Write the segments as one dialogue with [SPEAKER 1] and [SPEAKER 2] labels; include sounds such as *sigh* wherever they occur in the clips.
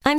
[SPEAKER 1] I'm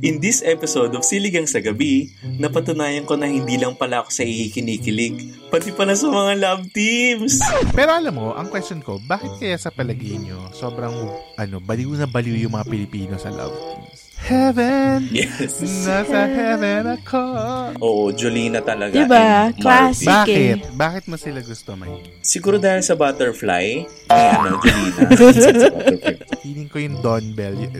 [SPEAKER 2] In this episode of Siligang sa Gabi, napatunayan ko na hindi lang pala ako sa ikinikilig, pati pala sa mga love teams.
[SPEAKER 3] Pero alam mo, ang question ko, bakit kaya sa palagay nyo, sobrang, ano, baliw na baliw yung mga Pilipino sa love teams? Heaven!
[SPEAKER 2] *laughs* Yes.
[SPEAKER 3] Nasa heaven ako!
[SPEAKER 2] Oo, Jolina talaga. and
[SPEAKER 4] Diba?
[SPEAKER 2] Marvin.
[SPEAKER 4] Classic.
[SPEAKER 3] Bakit? Bakit mo sila gusto, May?
[SPEAKER 2] Siguro dahil sa butterfly, may ano,
[SPEAKER 4] *laughs*
[SPEAKER 2] Jolina. Isa sa butterfly.
[SPEAKER 3] Feeling ko yung Don Bell, y-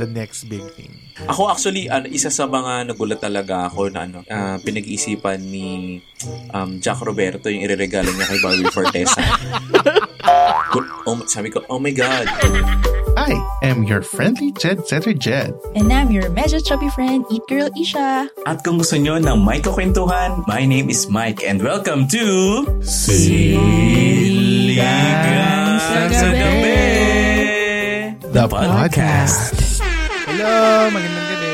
[SPEAKER 3] the next big thing.
[SPEAKER 2] Ako actually, ano, isa sa mga nagulat talaga ako na ano, ah, pinag-isipan ni um, Jack Roberto yung ireregalo niya kay Bobby
[SPEAKER 4] *laughs*
[SPEAKER 2] Fortesa. oh, sabi ko, oh my God.
[SPEAKER 3] I am your friendly Jed Setter Jed.
[SPEAKER 4] And I'm your medyo chubby friend, Eat Girl Isha.
[SPEAKER 5] At kung gusto nyo ng may kukwentuhan, my name is Mike and welcome to... Siligang
[SPEAKER 4] sa Gabi.
[SPEAKER 3] The podcast. Hello! Magandang gabi!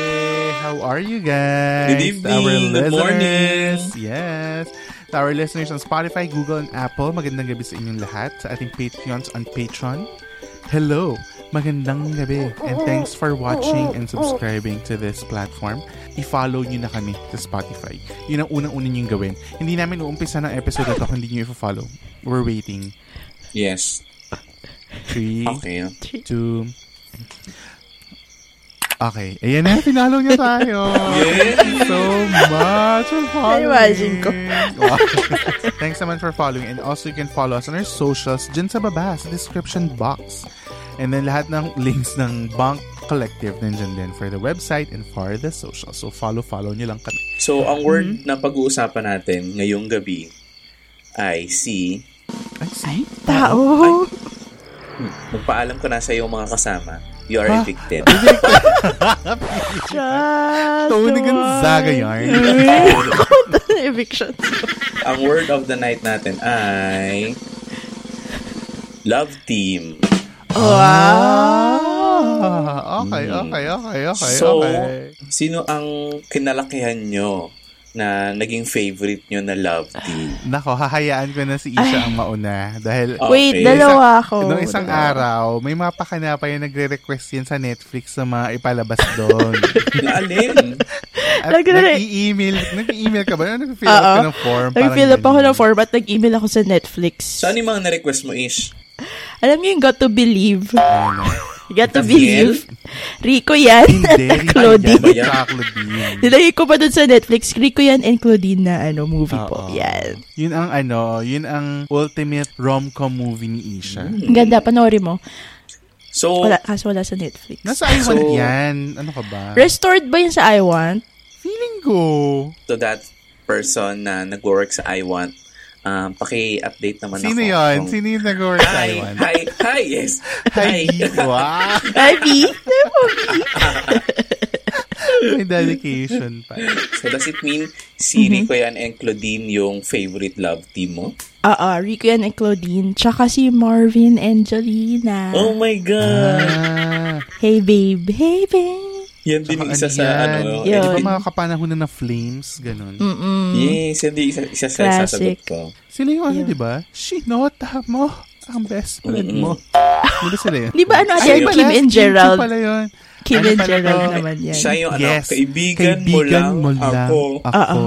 [SPEAKER 3] How are you guys?
[SPEAKER 2] Good
[SPEAKER 3] To Our
[SPEAKER 2] evening, good morning.
[SPEAKER 3] listeners, Yes! To our listeners on Spotify, Google, and Apple, magandang gabi sa inyong lahat. Sa ating Patreons on Patreon, hello! Magandang gabi! And thanks for watching and subscribing to this platform. I-follow nyo na kami sa Spotify. Yun ang unang-unan yung gawin. Hindi namin uumpisa ng episode na to kung hindi nyo i-follow. We're waiting.
[SPEAKER 2] Yes.
[SPEAKER 3] Three,
[SPEAKER 2] Okay.
[SPEAKER 3] two. Okay. Ayan na, pinalo niya tayo. Thank you so much for following.
[SPEAKER 4] Na-imagine ko.
[SPEAKER 3] Wow. Thanks naman for following. And also, you can follow us on our socials dyan sa baba, sa description box. And then, lahat ng links ng Bank Collective nandyan din for the website and for the socials. So, follow-follow niyo lang kami.
[SPEAKER 2] So, ang word
[SPEAKER 4] Mm-hmm.
[SPEAKER 2] na pag-uusapan natin ngayong gabi ay si...
[SPEAKER 3] Ay,
[SPEAKER 4] Ay, tao.
[SPEAKER 2] hmm. Magpaalam ko na sa iyong mga kasama. You are
[SPEAKER 3] Ah.
[SPEAKER 2] evicted.
[SPEAKER 3] Tony Gonzaga yarn.
[SPEAKER 4] Eviction.
[SPEAKER 2] ang word of the night natin ay... Love team.
[SPEAKER 3] Ah, okay, okay, okay, okay,
[SPEAKER 2] so,
[SPEAKER 3] okay.
[SPEAKER 2] sino ang kinalakihan nyo na naging favorite nyo na love team?
[SPEAKER 3] Nako, hahayaan ko na si Isha ang mauna. Dahil
[SPEAKER 2] Okay.
[SPEAKER 4] Wait, dalawa ako.
[SPEAKER 3] nung isang araw, may mga pakanapa yung nagre-request yan sa Netflix sa mga ipalabas
[SPEAKER 4] *laughs*
[SPEAKER 3] doon.
[SPEAKER 2] Na alin?
[SPEAKER 3] At
[SPEAKER 4] Nagre-
[SPEAKER 3] nag-i-email, nag-i-email ka ba? Ano Nag-fill up
[SPEAKER 4] Oo.
[SPEAKER 3] ka ng form? parang
[SPEAKER 4] Nag-fill up ako
[SPEAKER 3] ganun.
[SPEAKER 4] ng form at nag-email ako sa Netflix.
[SPEAKER 2] So, ano yung mga na-request mo, Ish?
[SPEAKER 4] Alam niyo yung Got to Believe? Got to
[SPEAKER 2] Gabriel?
[SPEAKER 4] Believe? Rico yan. *laughs*
[SPEAKER 3] Hindi,
[SPEAKER 4] at
[SPEAKER 3] hindi
[SPEAKER 4] Claudine.
[SPEAKER 3] yan. Sa Claudine.
[SPEAKER 4] Nilagay ko pa dun sa Netflix. Rico yan and Claudine na ano, movie po.
[SPEAKER 3] Oo.
[SPEAKER 4] Yan.
[SPEAKER 3] Yun ang ano, yun ang ultimate rom-com movie ni Isha.
[SPEAKER 4] Ang ganda, panoorin mo.
[SPEAKER 2] So,
[SPEAKER 4] Wala, kaso wala sa Netflix.
[SPEAKER 3] Nasa I Want
[SPEAKER 2] So-
[SPEAKER 3] yan. Ano ka ba?
[SPEAKER 4] Restored ba yun sa I Want?
[SPEAKER 3] Feeling ko.
[SPEAKER 2] to that person na nag-work sa I Want, um, paki-update naman Ano
[SPEAKER 3] Sino
[SPEAKER 2] ako.
[SPEAKER 3] yun?
[SPEAKER 2] Kung-
[SPEAKER 3] Sino yung nag-work sa
[SPEAKER 2] Hi,
[SPEAKER 3] I Want?
[SPEAKER 2] hi, hi, yes. Hi.
[SPEAKER 3] Wow.
[SPEAKER 4] Ay, *laughs* B.
[SPEAKER 3] May dedication pa.
[SPEAKER 2] so, does it mean si Rico yan and Claudine yung favorite love team mo?
[SPEAKER 4] Oo, Ah, Rico yan and Claudine. Tsaka si Marvin and Jolina.
[SPEAKER 2] Oh my God!
[SPEAKER 3] Ah.
[SPEAKER 4] Hey, babe. Hey, babe.
[SPEAKER 2] Yan din yung isa sa ano.
[SPEAKER 3] Yan.
[SPEAKER 4] Yun.
[SPEAKER 2] yan
[SPEAKER 3] Di
[SPEAKER 2] din-
[SPEAKER 3] ba mga kapanahonan na flames, ganun.
[SPEAKER 2] Yes, yan din isa, isa sa
[SPEAKER 4] Classic.
[SPEAKER 2] sasagot ko.
[SPEAKER 3] Sila yung ano, di ba? Shinota mo, ang best friend mo. Di ba sila yun?
[SPEAKER 4] Di ba ano
[SPEAKER 2] Sino
[SPEAKER 4] ate,
[SPEAKER 2] yun?
[SPEAKER 4] Kim
[SPEAKER 3] Kim
[SPEAKER 4] and Gerald?
[SPEAKER 3] pala yun.
[SPEAKER 4] Kim
[SPEAKER 3] Ano
[SPEAKER 4] and
[SPEAKER 3] pala
[SPEAKER 4] Gerald
[SPEAKER 3] to?
[SPEAKER 4] naman yan.
[SPEAKER 2] Siya yung ano,
[SPEAKER 3] Yes.
[SPEAKER 2] kaibigan, mo
[SPEAKER 3] kaibigan
[SPEAKER 2] lang, ako.
[SPEAKER 4] Uh-uh.
[SPEAKER 3] Ako.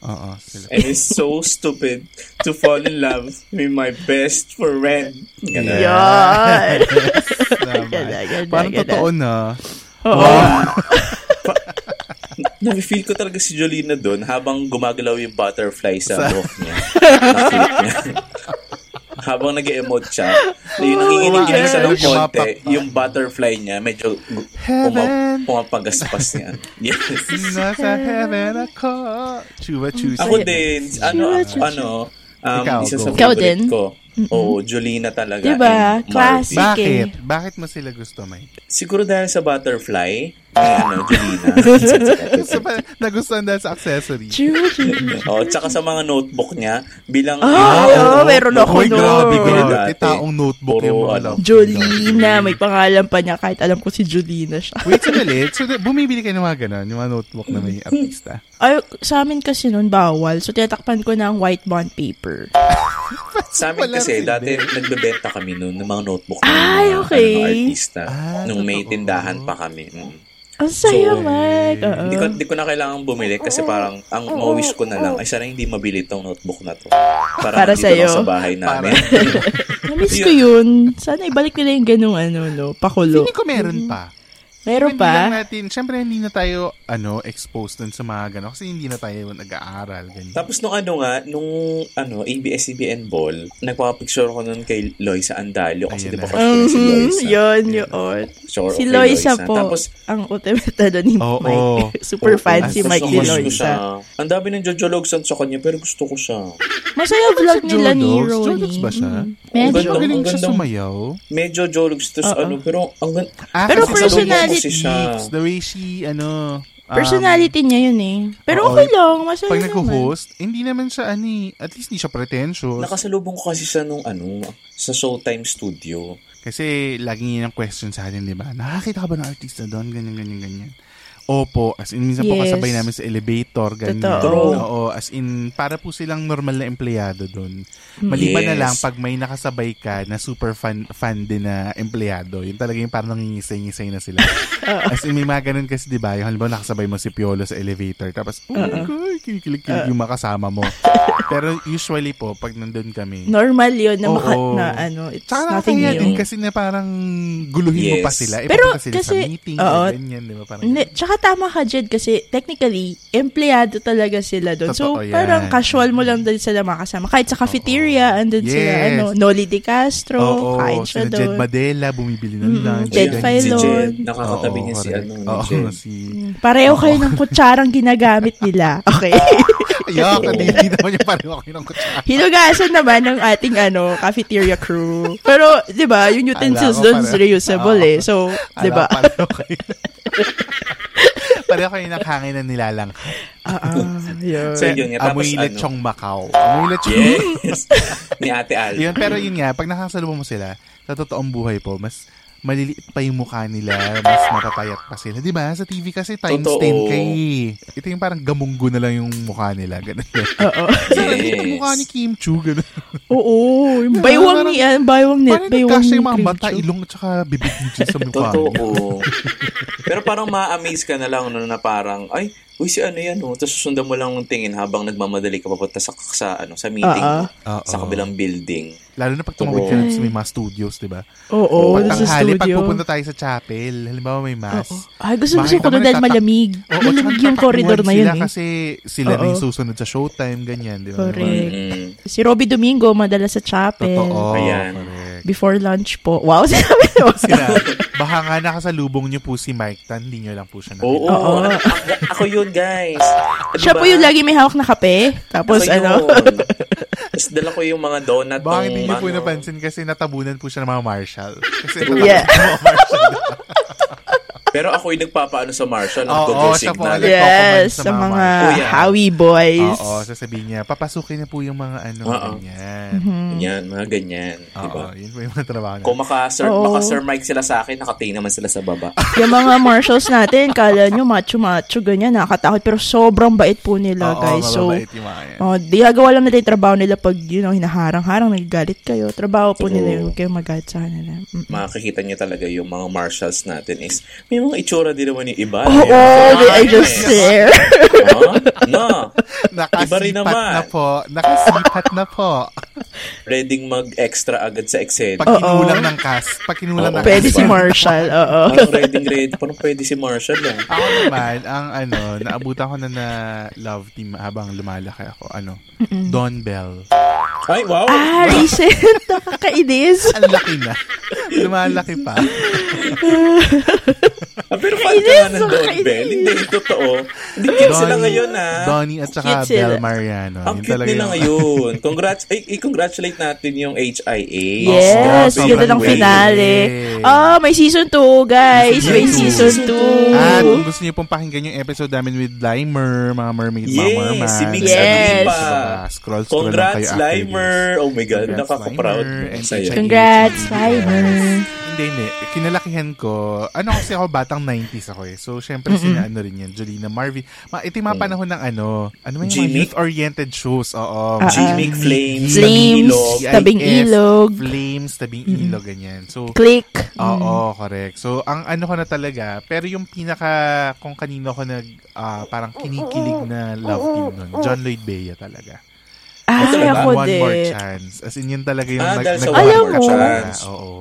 [SPEAKER 3] Oo,
[SPEAKER 4] *laughs*
[SPEAKER 3] sila.
[SPEAKER 2] And it's so stupid to fall in love with my best friend. Ganun.
[SPEAKER 4] Yan.
[SPEAKER 3] Tama.
[SPEAKER 4] Ganda, ganda,
[SPEAKER 3] Parang
[SPEAKER 4] ganda.
[SPEAKER 3] totoo na.
[SPEAKER 4] Oo.
[SPEAKER 2] Nafe-feel ko talaga si Jolina doon habang gumagalaw yung butterfly sa buhok niya. Na-feel niya. habang nag emote siya, yung nanginginig siya ng
[SPEAKER 3] yes.
[SPEAKER 2] konti,
[SPEAKER 3] Gumapak pa.
[SPEAKER 2] yung butterfly niya, medyo gu-
[SPEAKER 3] Heaven.
[SPEAKER 2] puma- pumapagaspas
[SPEAKER 3] *laughs*
[SPEAKER 2] niya. Yes.
[SPEAKER 3] Nasa heaven ako. Chuba chuba.
[SPEAKER 4] Mm.
[SPEAKER 2] Ako din, ano,
[SPEAKER 4] Sure, sure,
[SPEAKER 2] ano, um,
[SPEAKER 3] Ikaw,
[SPEAKER 2] isa sa
[SPEAKER 3] go.
[SPEAKER 4] Ikaw
[SPEAKER 2] favorite
[SPEAKER 4] din?
[SPEAKER 2] ko. Oo, Jolina talaga.
[SPEAKER 4] Diba?
[SPEAKER 2] and Marvin.
[SPEAKER 4] Classic.
[SPEAKER 3] Bakit?
[SPEAKER 4] Sige.
[SPEAKER 3] Bakit mo sila gusto, Mike?
[SPEAKER 2] Siguro dahil sa butterfly, may
[SPEAKER 3] *laughs*
[SPEAKER 2] ano, Jolina.
[SPEAKER 3] Sa pa- nagustuhan dahil sa accessory.
[SPEAKER 4] Judy.
[SPEAKER 2] *laughs* oh, tsaka sa mga notebook niya, bilang...
[SPEAKER 4] Ah, oo, meron ako
[SPEAKER 3] Hoy,
[SPEAKER 4] nun.
[SPEAKER 3] grabe ko
[SPEAKER 2] Puro
[SPEAKER 3] na.
[SPEAKER 2] dati.
[SPEAKER 3] Taong notebook
[SPEAKER 2] Puro
[SPEAKER 3] yung mga
[SPEAKER 2] ano.
[SPEAKER 3] love.
[SPEAKER 4] Jolina. May pangalan pa niya kahit alam ko si Jolina siya.
[SPEAKER 3] Wait, sandali. So, da- bumibili kayo ng mga ganun, yung mga notebook na
[SPEAKER 4] *laughs*
[SPEAKER 3] may artista.
[SPEAKER 4] Ay, sa amin kasi nun bawal. So, tinatakpan ko ng white bond paper.
[SPEAKER 2] Sa amin
[SPEAKER 3] Wala
[SPEAKER 2] kasi,
[SPEAKER 3] rin eh.
[SPEAKER 2] dati
[SPEAKER 3] din.
[SPEAKER 2] nagbebenta kami noon ng mga notebook ng
[SPEAKER 4] Ay,
[SPEAKER 2] mga,
[SPEAKER 4] okay.
[SPEAKER 2] ano, mga artista.
[SPEAKER 3] Ah,
[SPEAKER 2] nung may
[SPEAKER 3] totoo.
[SPEAKER 2] tindahan pa kami. Mm.
[SPEAKER 4] Ang saya,
[SPEAKER 2] So,
[SPEAKER 4] Mike. Oo.
[SPEAKER 2] Hindi ko, hindi ko na kailangan bumili kasi parang ang mga wish ko na lang ay sana hindi mabili itong notebook na to.
[SPEAKER 4] Para
[SPEAKER 2] nandito
[SPEAKER 4] sa'yo.
[SPEAKER 2] lang sa bahay
[SPEAKER 3] *laughs*
[SPEAKER 2] namin.
[SPEAKER 4] Namiss ko yun. Sana ibalik nila yung ganung ano, no? Pakulo.
[SPEAKER 3] Hindi ko meron pa.
[SPEAKER 4] Meron
[SPEAKER 3] Hindi lang
[SPEAKER 4] pa?
[SPEAKER 3] natin, syempre hindi na tayo ano, exposed dun sa mga ganun kasi hindi na tayo nag-aaral. Ganyan.
[SPEAKER 2] Tapos nung ano nga, nung ano, ABS-CBN Ball, nagpapapicture ko nun kay Loisa Andalio kasi
[SPEAKER 3] Ayun
[SPEAKER 2] di ba
[SPEAKER 3] na.
[SPEAKER 2] crush ko yun si
[SPEAKER 4] Mhm,
[SPEAKER 2] Loisa.
[SPEAKER 4] *laughs* yun, yun.
[SPEAKER 2] Sure,
[SPEAKER 4] Si
[SPEAKER 2] okay,
[SPEAKER 4] Loisa po,
[SPEAKER 2] Tapos, ah,
[SPEAKER 4] ang ultimate ano ni
[SPEAKER 3] Oo.
[SPEAKER 4] Mike. *laughs* Super fan si
[SPEAKER 3] As-
[SPEAKER 4] Mike
[SPEAKER 3] as-
[SPEAKER 2] gusto
[SPEAKER 3] as-
[SPEAKER 4] ni
[SPEAKER 2] ko siya.
[SPEAKER 4] Loisa.
[SPEAKER 2] Ang dami ng Jojo Logsan sa kanya, pero gusto ko siya.
[SPEAKER 4] Masaya vlog nila ni
[SPEAKER 3] Jodox?
[SPEAKER 4] Rolly.
[SPEAKER 3] Jodox ba siya?
[SPEAKER 4] Mm.
[SPEAKER 2] Ang
[SPEAKER 3] Hindi ba
[SPEAKER 4] Medyo.
[SPEAKER 2] ganda-
[SPEAKER 3] galing
[SPEAKER 2] ang
[SPEAKER 3] siya
[SPEAKER 2] gandang-
[SPEAKER 3] sumayaw?
[SPEAKER 2] Medyo Jologs to sa
[SPEAKER 4] Oo.
[SPEAKER 2] ano, pero ang gan-
[SPEAKER 3] Ah,
[SPEAKER 4] Pero
[SPEAKER 3] kasi sa
[SPEAKER 2] personality-
[SPEAKER 3] loob kasi siya. The way she, ano... um,
[SPEAKER 4] Personality niya yun eh. Pero
[SPEAKER 3] oo.
[SPEAKER 4] okay lang, masaya
[SPEAKER 3] pag
[SPEAKER 4] naman.
[SPEAKER 3] nag-host, hindi naman siya, ani, at least hindi siya pretentious.
[SPEAKER 2] nakasalubong ko kasi siya nung ano, sa Showtime Studio.
[SPEAKER 3] Kasi laging yun ang question sa atin, di ba? Nakakita ka ba ng artista doon? Ganyan, ganyan, ganyan. Opo, as in, minsan po
[SPEAKER 4] Yes.
[SPEAKER 3] kasabay namin sa elevator, ganyan.
[SPEAKER 4] Totoo.
[SPEAKER 3] Oo, as in, para po silang normal na empleyado doon.
[SPEAKER 4] Hmm.
[SPEAKER 3] Maliban
[SPEAKER 2] Yes.
[SPEAKER 3] na lang pag may nakasabay ka na super fan, fan din na empleyado, yun talaga yung parang nangingisay-ngisay na
[SPEAKER 4] *laughs*
[SPEAKER 3] sila. as in, may mga ganun kasi, di ba? Yung halimbawa, nakasabay mo si Piolo sa elevator, tapos, oh my
[SPEAKER 4] Uh-uh.
[SPEAKER 3] God, kinikilig-kilig yung makasama
[SPEAKER 4] *laughs*
[SPEAKER 3] mo. Pero usually po, pag nandun kami,
[SPEAKER 4] Normal yun na, maka,
[SPEAKER 3] Oo.
[SPEAKER 4] na ano, it's
[SPEAKER 3] Tsaka
[SPEAKER 4] nothing
[SPEAKER 3] nakakaya din
[SPEAKER 4] new.
[SPEAKER 3] kasi na parang guluhin mo
[SPEAKER 2] Yes.
[SPEAKER 3] pa sila.
[SPEAKER 4] Pero
[SPEAKER 3] Pero sila
[SPEAKER 4] kasi-
[SPEAKER 3] sa meeting,
[SPEAKER 4] oo.
[SPEAKER 3] ganyan, di ba? Parang
[SPEAKER 4] Hindi, tsaka tama ka, Jed, kasi technically, empleyado talaga sila doon. So,
[SPEAKER 3] Totoo yan.
[SPEAKER 4] parang casual mo lang din sila makasama. Kahit sa cafeteria, andun sila,
[SPEAKER 3] Yes.
[SPEAKER 4] ano, Nolly De Castro,
[SPEAKER 3] Oo,
[SPEAKER 4] oh, kain siya
[SPEAKER 3] sila Jed
[SPEAKER 4] doon.
[SPEAKER 3] Madela, bumibili ng
[SPEAKER 4] Mm-mm,
[SPEAKER 3] lunch. ganyan.
[SPEAKER 4] Jed
[SPEAKER 2] Si
[SPEAKER 4] Filon.
[SPEAKER 2] Jed,
[SPEAKER 3] Oo,
[SPEAKER 2] nakakatabi niya si
[SPEAKER 3] correct.
[SPEAKER 2] ano, ni
[SPEAKER 3] Oo, *laughs*
[SPEAKER 2] Jed.
[SPEAKER 4] *laughs*
[SPEAKER 3] si...
[SPEAKER 4] Pareho kayo ng kutsarang ginagamit
[SPEAKER 3] *laughs*
[SPEAKER 4] nila. Okay. *laughs*
[SPEAKER 3] Ayok, hindi hindi naman yung pareho ako ng kutsara.
[SPEAKER 4] Hinugasan naman ng ating ano, cafeteria crew. Pero, 'di ba, yung
[SPEAKER 3] Alam
[SPEAKER 4] utensils
[SPEAKER 3] ko,
[SPEAKER 4] doon
[SPEAKER 3] pareho.
[SPEAKER 4] is reusable
[SPEAKER 3] Oo.
[SPEAKER 4] eh. So, 'di ba?
[SPEAKER 3] Alam, Pareho kayo. *laughs* pareho kayo ng hangin na nilalang.
[SPEAKER 4] Ah, ah, yun.
[SPEAKER 2] So, yun nga. Tapos
[SPEAKER 3] Amoy
[SPEAKER 2] ano.
[SPEAKER 3] lechong Macau. Amoy lechong
[SPEAKER 2] Yes. ni Ate Al.
[SPEAKER 3] Yun, pero yun nga, pag nakasalubong mo sila, sa totoong buhay po, mas maliliit pa yung mukha nila, mas matatayat pa sila. Di ba? Sa TV kasi times
[SPEAKER 2] Totoo.
[SPEAKER 3] 10 kay. eh. Ito yung parang gamunggo na lang yung mukha nila. Ganun lang.
[SPEAKER 4] *laughs* Oo.
[SPEAKER 3] Kasi maliliit ang mukha ni Kim Chu. Ganun.
[SPEAKER 4] Oo, yung baywang ni ah, baywang
[SPEAKER 3] Diba?
[SPEAKER 4] net,
[SPEAKER 3] Parang
[SPEAKER 4] baywang
[SPEAKER 3] nagkasya
[SPEAKER 4] ni
[SPEAKER 3] yung mga
[SPEAKER 4] Cream
[SPEAKER 3] bata,
[SPEAKER 4] Chu.
[SPEAKER 3] ilong at saka bibig ni Chu sa mukha niya.
[SPEAKER 2] Totoo. *laughs* Pero parang ma-amaze ka na lang no, na parang, ay, uy, si ano yan, oh. Tapos susundan mo lang ng tingin habang nagmamadali ka papunta sa, sa, ano, sa meeting,
[SPEAKER 4] Ah,
[SPEAKER 3] ah.
[SPEAKER 2] sa
[SPEAKER 3] Oo.
[SPEAKER 2] kabilang building.
[SPEAKER 3] Lalo na pag tumawid ka
[SPEAKER 2] Totoo.
[SPEAKER 3] na sa may mga studios, di ba?
[SPEAKER 4] Oo,
[SPEAKER 3] Pag
[SPEAKER 4] sa
[SPEAKER 3] tanghali, pag
[SPEAKER 4] studio.
[SPEAKER 3] pupunta tayo sa chapel, halimbawa may mass.
[SPEAKER 4] Oo. Ay, gusto mo
[SPEAKER 3] Makita mo
[SPEAKER 4] ko na dahil
[SPEAKER 3] nagtatak-
[SPEAKER 4] malamig.
[SPEAKER 3] Oo,
[SPEAKER 4] malamig
[SPEAKER 3] tsaka
[SPEAKER 4] yung corridor na
[SPEAKER 3] nagtatakuan
[SPEAKER 4] yun
[SPEAKER 3] sila
[SPEAKER 4] eh.
[SPEAKER 3] Kasi sila na
[SPEAKER 4] Oo.
[SPEAKER 3] yung susunod sa showtime, ganyan, di ba?
[SPEAKER 4] Correct.
[SPEAKER 2] Mm.
[SPEAKER 4] Si Robby Domingo, madalas sa chapel.
[SPEAKER 3] Totoo.
[SPEAKER 2] Ayan.
[SPEAKER 3] Correct.
[SPEAKER 4] Before lunch po.
[SPEAKER 3] *laughs*
[SPEAKER 4] Wow, *laughs* Diba? sinabi mo.
[SPEAKER 3] Sila, baka nga nakasalubong niyo po si Mike Tan, hindi niyo lang po siya
[SPEAKER 2] Oo.
[SPEAKER 3] nakita.
[SPEAKER 2] Ano, ako- ako yun, guys.
[SPEAKER 3] "Ano
[SPEAKER 4] Siya
[SPEAKER 2] Diba?
[SPEAKER 4] po yung lagi may hawak na kape. Tapos
[SPEAKER 2] Ako
[SPEAKER 4] ano,
[SPEAKER 2] yun. *laughs* Tapos dala ko yung mga donut.
[SPEAKER 3] Baka
[SPEAKER 2] ng,
[SPEAKER 3] hindi niyo po
[SPEAKER 2] ano,
[SPEAKER 3] napansin kasi natabunan po siya ng mga Marshall. Kasi
[SPEAKER 4] *laughs* Yeah.
[SPEAKER 3] natabunan ng mga Marshall.
[SPEAKER 2] Pero ako yung nagpapaano sa Marshall. ng
[SPEAKER 3] Oo,
[SPEAKER 2] Google
[SPEAKER 3] siya po
[SPEAKER 2] signal.
[SPEAKER 3] ulit.
[SPEAKER 4] yes,
[SPEAKER 3] Nagko-command sa
[SPEAKER 4] sa
[SPEAKER 3] mga
[SPEAKER 4] mga
[SPEAKER 2] marshal. Oh, yeah.
[SPEAKER 4] Howie boys.
[SPEAKER 3] Oo, sasabihin niya, papasukin na po yung mga ano,
[SPEAKER 2] Oo.
[SPEAKER 3] ganyan.
[SPEAKER 2] Ganyan, mga ganyan. Diba?
[SPEAKER 3] Oo, yun po yung mga trabaho na.
[SPEAKER 2] Kung maka-sir,
[SPEAKER 4] Oo.
[SPEAKER 2] maka-sir mic sila sa akin, nakating naman sila sa baba. *laughs*
[SPEAKER 4] Yung mga marshals natin, kala nyo macho-macho, ganyan, nakakatakot. Pero sobrang bait po
[SPEAKER 3] Oo,
[SPEAKER 4] nila, guys. So,
[SPEAKER 3] mababait yung mga
[SPEAKER 4] *laughs*
[SPEAKER 3] yan.
[SPEAKER 4] oh, di nagawa lang nila yung trabaho nila pag, you know, hinaharang-harang, nagagalit kayo. Trabaho po
[SPEAKER 2] Oo.
[SPEAKER 4] nila yun. Huwag kayong magalit sa kanila. Mm.
[SPEAKER 2] Makikita niyo talaga yung mga marshals natin is may mga itsura din naman yung iba.
[SPEAKER 4] Oo,
[SPEAKER 2] Ayan.
[SPEAKER 4] they are Oh, just *laughs* there.
[SPEAKER 2] Huh? eh. No. Iba rin naman.
[SPEAKER 3] Nakasipat na po. Nakasipat na po.
[SPEAKER 2] Ready mag-extra agad sa Excel.
[SPEAKER 3] Pag kinulang ng cast. Pag kinulang
[SPEAKER 2] Oo.
[SPEAKER 3] ng
[SPEAKER 4] Pwede
[SPEAKER 3] cast.
[SPEAKER 4] si Marshall, oo.
[SPEAKER 2] Parang ready, ready. Parang pwede si Marshall. Ah.
[SPEAKER 3] Ako naman, ang ano, naabutan ko na na love team habang lumalaki ako. Ano? Don Bell.
[SPEAKER 2] Ay, wow.
[SPEAKER 4] Ah, recent. *laughs* Nakakainis.
[SPEAKER 3] Ang laki na. *laughs* Lumalaki pa.
[SPEAKER 2] Ah, pero fan ka nga ng Don Bell. Hindi, totoo. Dikit sila ngayon ah.
[SPEAKER 3] Donnie at saka
[SPEAKER 4] Cute sila.
[SPEAKER 3] Bel Mariano.
[SPEAKER 2] Ang
[SPEAKER 3] Yun
[SPEAKER 2] cute
[SPEAKER 3] talaga
[SPEAKER 2] nila
[SPEAKER 3] yung-
[SPEAKER 2] ngayon. Congrats, ay, i-congratulate natin yung HIA.
[SPEAKER 4] Yes,
[SPEAKER 3] Sobrang
[SPEAKER 4] ganda ng
[SPEAKER 3] great.
[SPEAKER 4] finale.
[SPEAKER 3] Yay.
[SPEAKER 4] Ah, may season 2, guys. May
[SPEAKER 2] Season
[SPEAKER 4] season
[SPEAKER 3] At kung
[SPEAKER 4] 2.
[SPEAKER 3] gusto niyo pong pakinggan yung episode namin with Limer, mga mermaid, mga
[SPEAKER 2] Yes,
[SPEAKER 3] merman.
[SPEAKER 2] si Mix
[SPEAKER 4] Yes.
[SPEAKER 2] Agripa.
[SPEAKER 3] Diba? Scroll, scroll lang kayo
[SPEAKER 2] Congrats,
[SPEAKER 3] after this.
[SPEAKER 2] Limer! Oh my God,
[SPEAKER 3] Congrats,
[SPEAKER 2] nakaka-proud.
[SPEAKER 3] Limer. And
[SPEAKER 2] Sa'yo.
[SPEAKER 3] check
[SPEAKER 4] Congrats,
[SPEAKER 3] it.
[SPEAKER 4] Limer.
[SPEAKER 3] Hindi, hindi. Kinalakihan ko, ano kasi ako, batang 90s ako eh. So, syempre, sina ano rin yan, Jolina Marvin. Ma, ito yung mga panahon ng ano, ano yung mga
[SPEAKER 2] Jimmy?
[SPEAKER 3] youth-oriented shows. Oo.
[SPEAKER 2] Jimmy Flames,
[SPEAKER 4] Ah, Flames.
[SPEAKER 2] Tabingilog.
[SPEAKER 4] Tabing
[SPEAKER 3] CIS,
[SPEAKER 4] ilog.
[SPEAKER 3] Flames, tabing ilog, ganyan. So,
[SPEAKER 4] Click.
[SPEAKER 3] Oo, correct. So, ang ano ko na talaga, pero yung pinaka, kung kanino ko nag, ah, parang kinikilig na love team nun, John Lloyd Bea talaga.
[SPEAKER 4] Ay,
[SPEAKER 2] talaga,
[SPEAKER 4] ako
[SPEAKER 3] Diba? One More
[SPEAKER 4] din.
[SPEAKER 3] Chance. As in, yun talaga yung
[SPEAKER 2] Ah,
[SPEAKER 3] nag-
[SPEAKER 2] dahil sa
[SPEAKER 3] nag-
[SPEAKER 4] One Alam More mo.
[SPEAKER 2] Chance.
[SPEAKER 3] Oo.